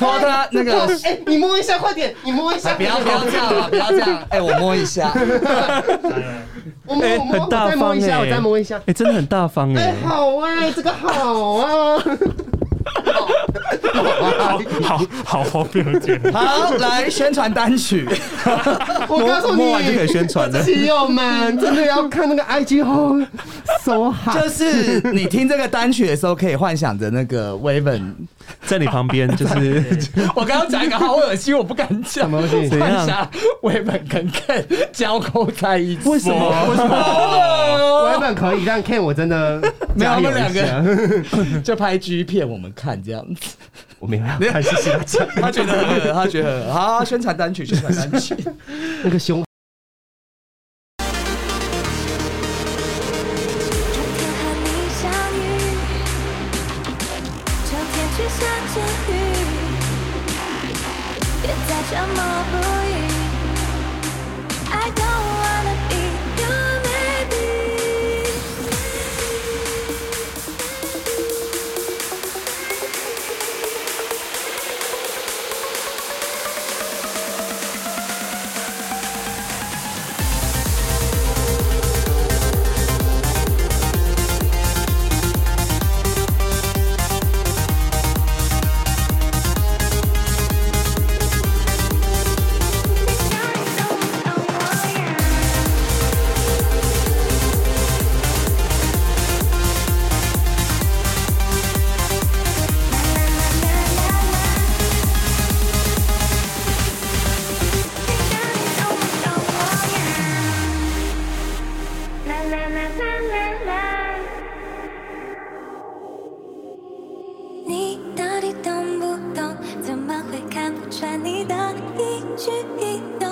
[SPEAKER 1] 摸他那个。哎
[SPEAKER 3] 哎、你摸一下，快点，你摸一下，
[SPEAKER 1] 不要不要这样啊！不要这样！哎、我摸一下，
[SPEAKER 3] 我摸，
[SPEAKER 5] 哎，
[SPEAKER 3] 我摸，
[SPEAKER 5] 很大
[SPEAKER 3] 我再
[SPEAKER 5] 方
[SPEAKER 3] 摸一下，
[SPEAKER 5] 哎，
[SPEAKER 3] 我再摸一下。
[SPEAKER 5] 哎，真的很大方
[SPEAKER 3] 哎、
[SPEAKER 5] 哎，
[SPEAKER 3] 好哎、这个好啊。
[SPEAKER 2] 好好荒谬的节目，
[SPEAKER 1] 好，来宣传单曲。
[SPEAKER 3] 我告诉你，
[SPEAKER 5] 摸完就可以宣传了
[SPEAKER 3] 基友们真的要看那个哦 IG 后手好。
[SPEAKER 1] 就是你听这个单曲的时候，可以幻想着那个 Waven。
[SPEAKER 5] 在你旁边就是
[SPEAKER 1] 我刚刚讲一个好恶心，我不敢讲。什
[SPEAKER 3] 么东西
[SPEAKER 1] 幻想 Waven 跟 Ken 交媾在一起。
[SPEAKER 5] 为什么？为什么？
[SPEAKER 3] 我原本可以，但 Ken 我真的
[SPEAKER 1] 哦没有，
[SPEAKER 3] 加
[SPEAKER 1] 他
[SPEAKER 3] 油
[SPEAKER 1] 们两
[SPEAKER 3] 一下，
[SPEAKER 1] 个 就拍 G 片我们看这样子。
[SPEAKER 3] 我没有要看谢谢
[SPEAKER 1] 他
[SPEAKER 3] 他讲
[SPEAKER 1] 觉得很恶，他觉得很恶好，宣传单曲，宣传单曲。
[SPEAKER 3] 那个胸。
[SPEAKER 4] 春天和你相遇，秋天去下着雨，别再沉默不语。I don't wanna be your maybe。La la la la la la 你到底懂不懂？怎么会看不穿你的一举一动？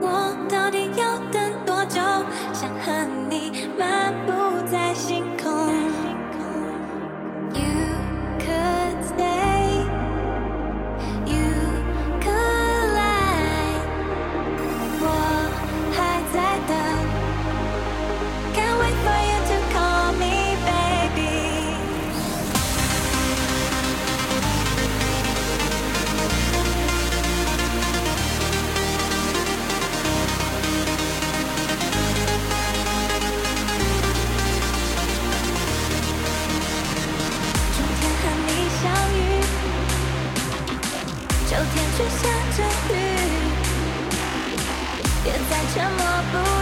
[SPEAKER 4] 我到底要等多久？想和你漫步在星空。You could stay, you could lie，我还在等。Can't wait for you to call me baby. 春天和你相遇，秋天却下着雨，别再沉默不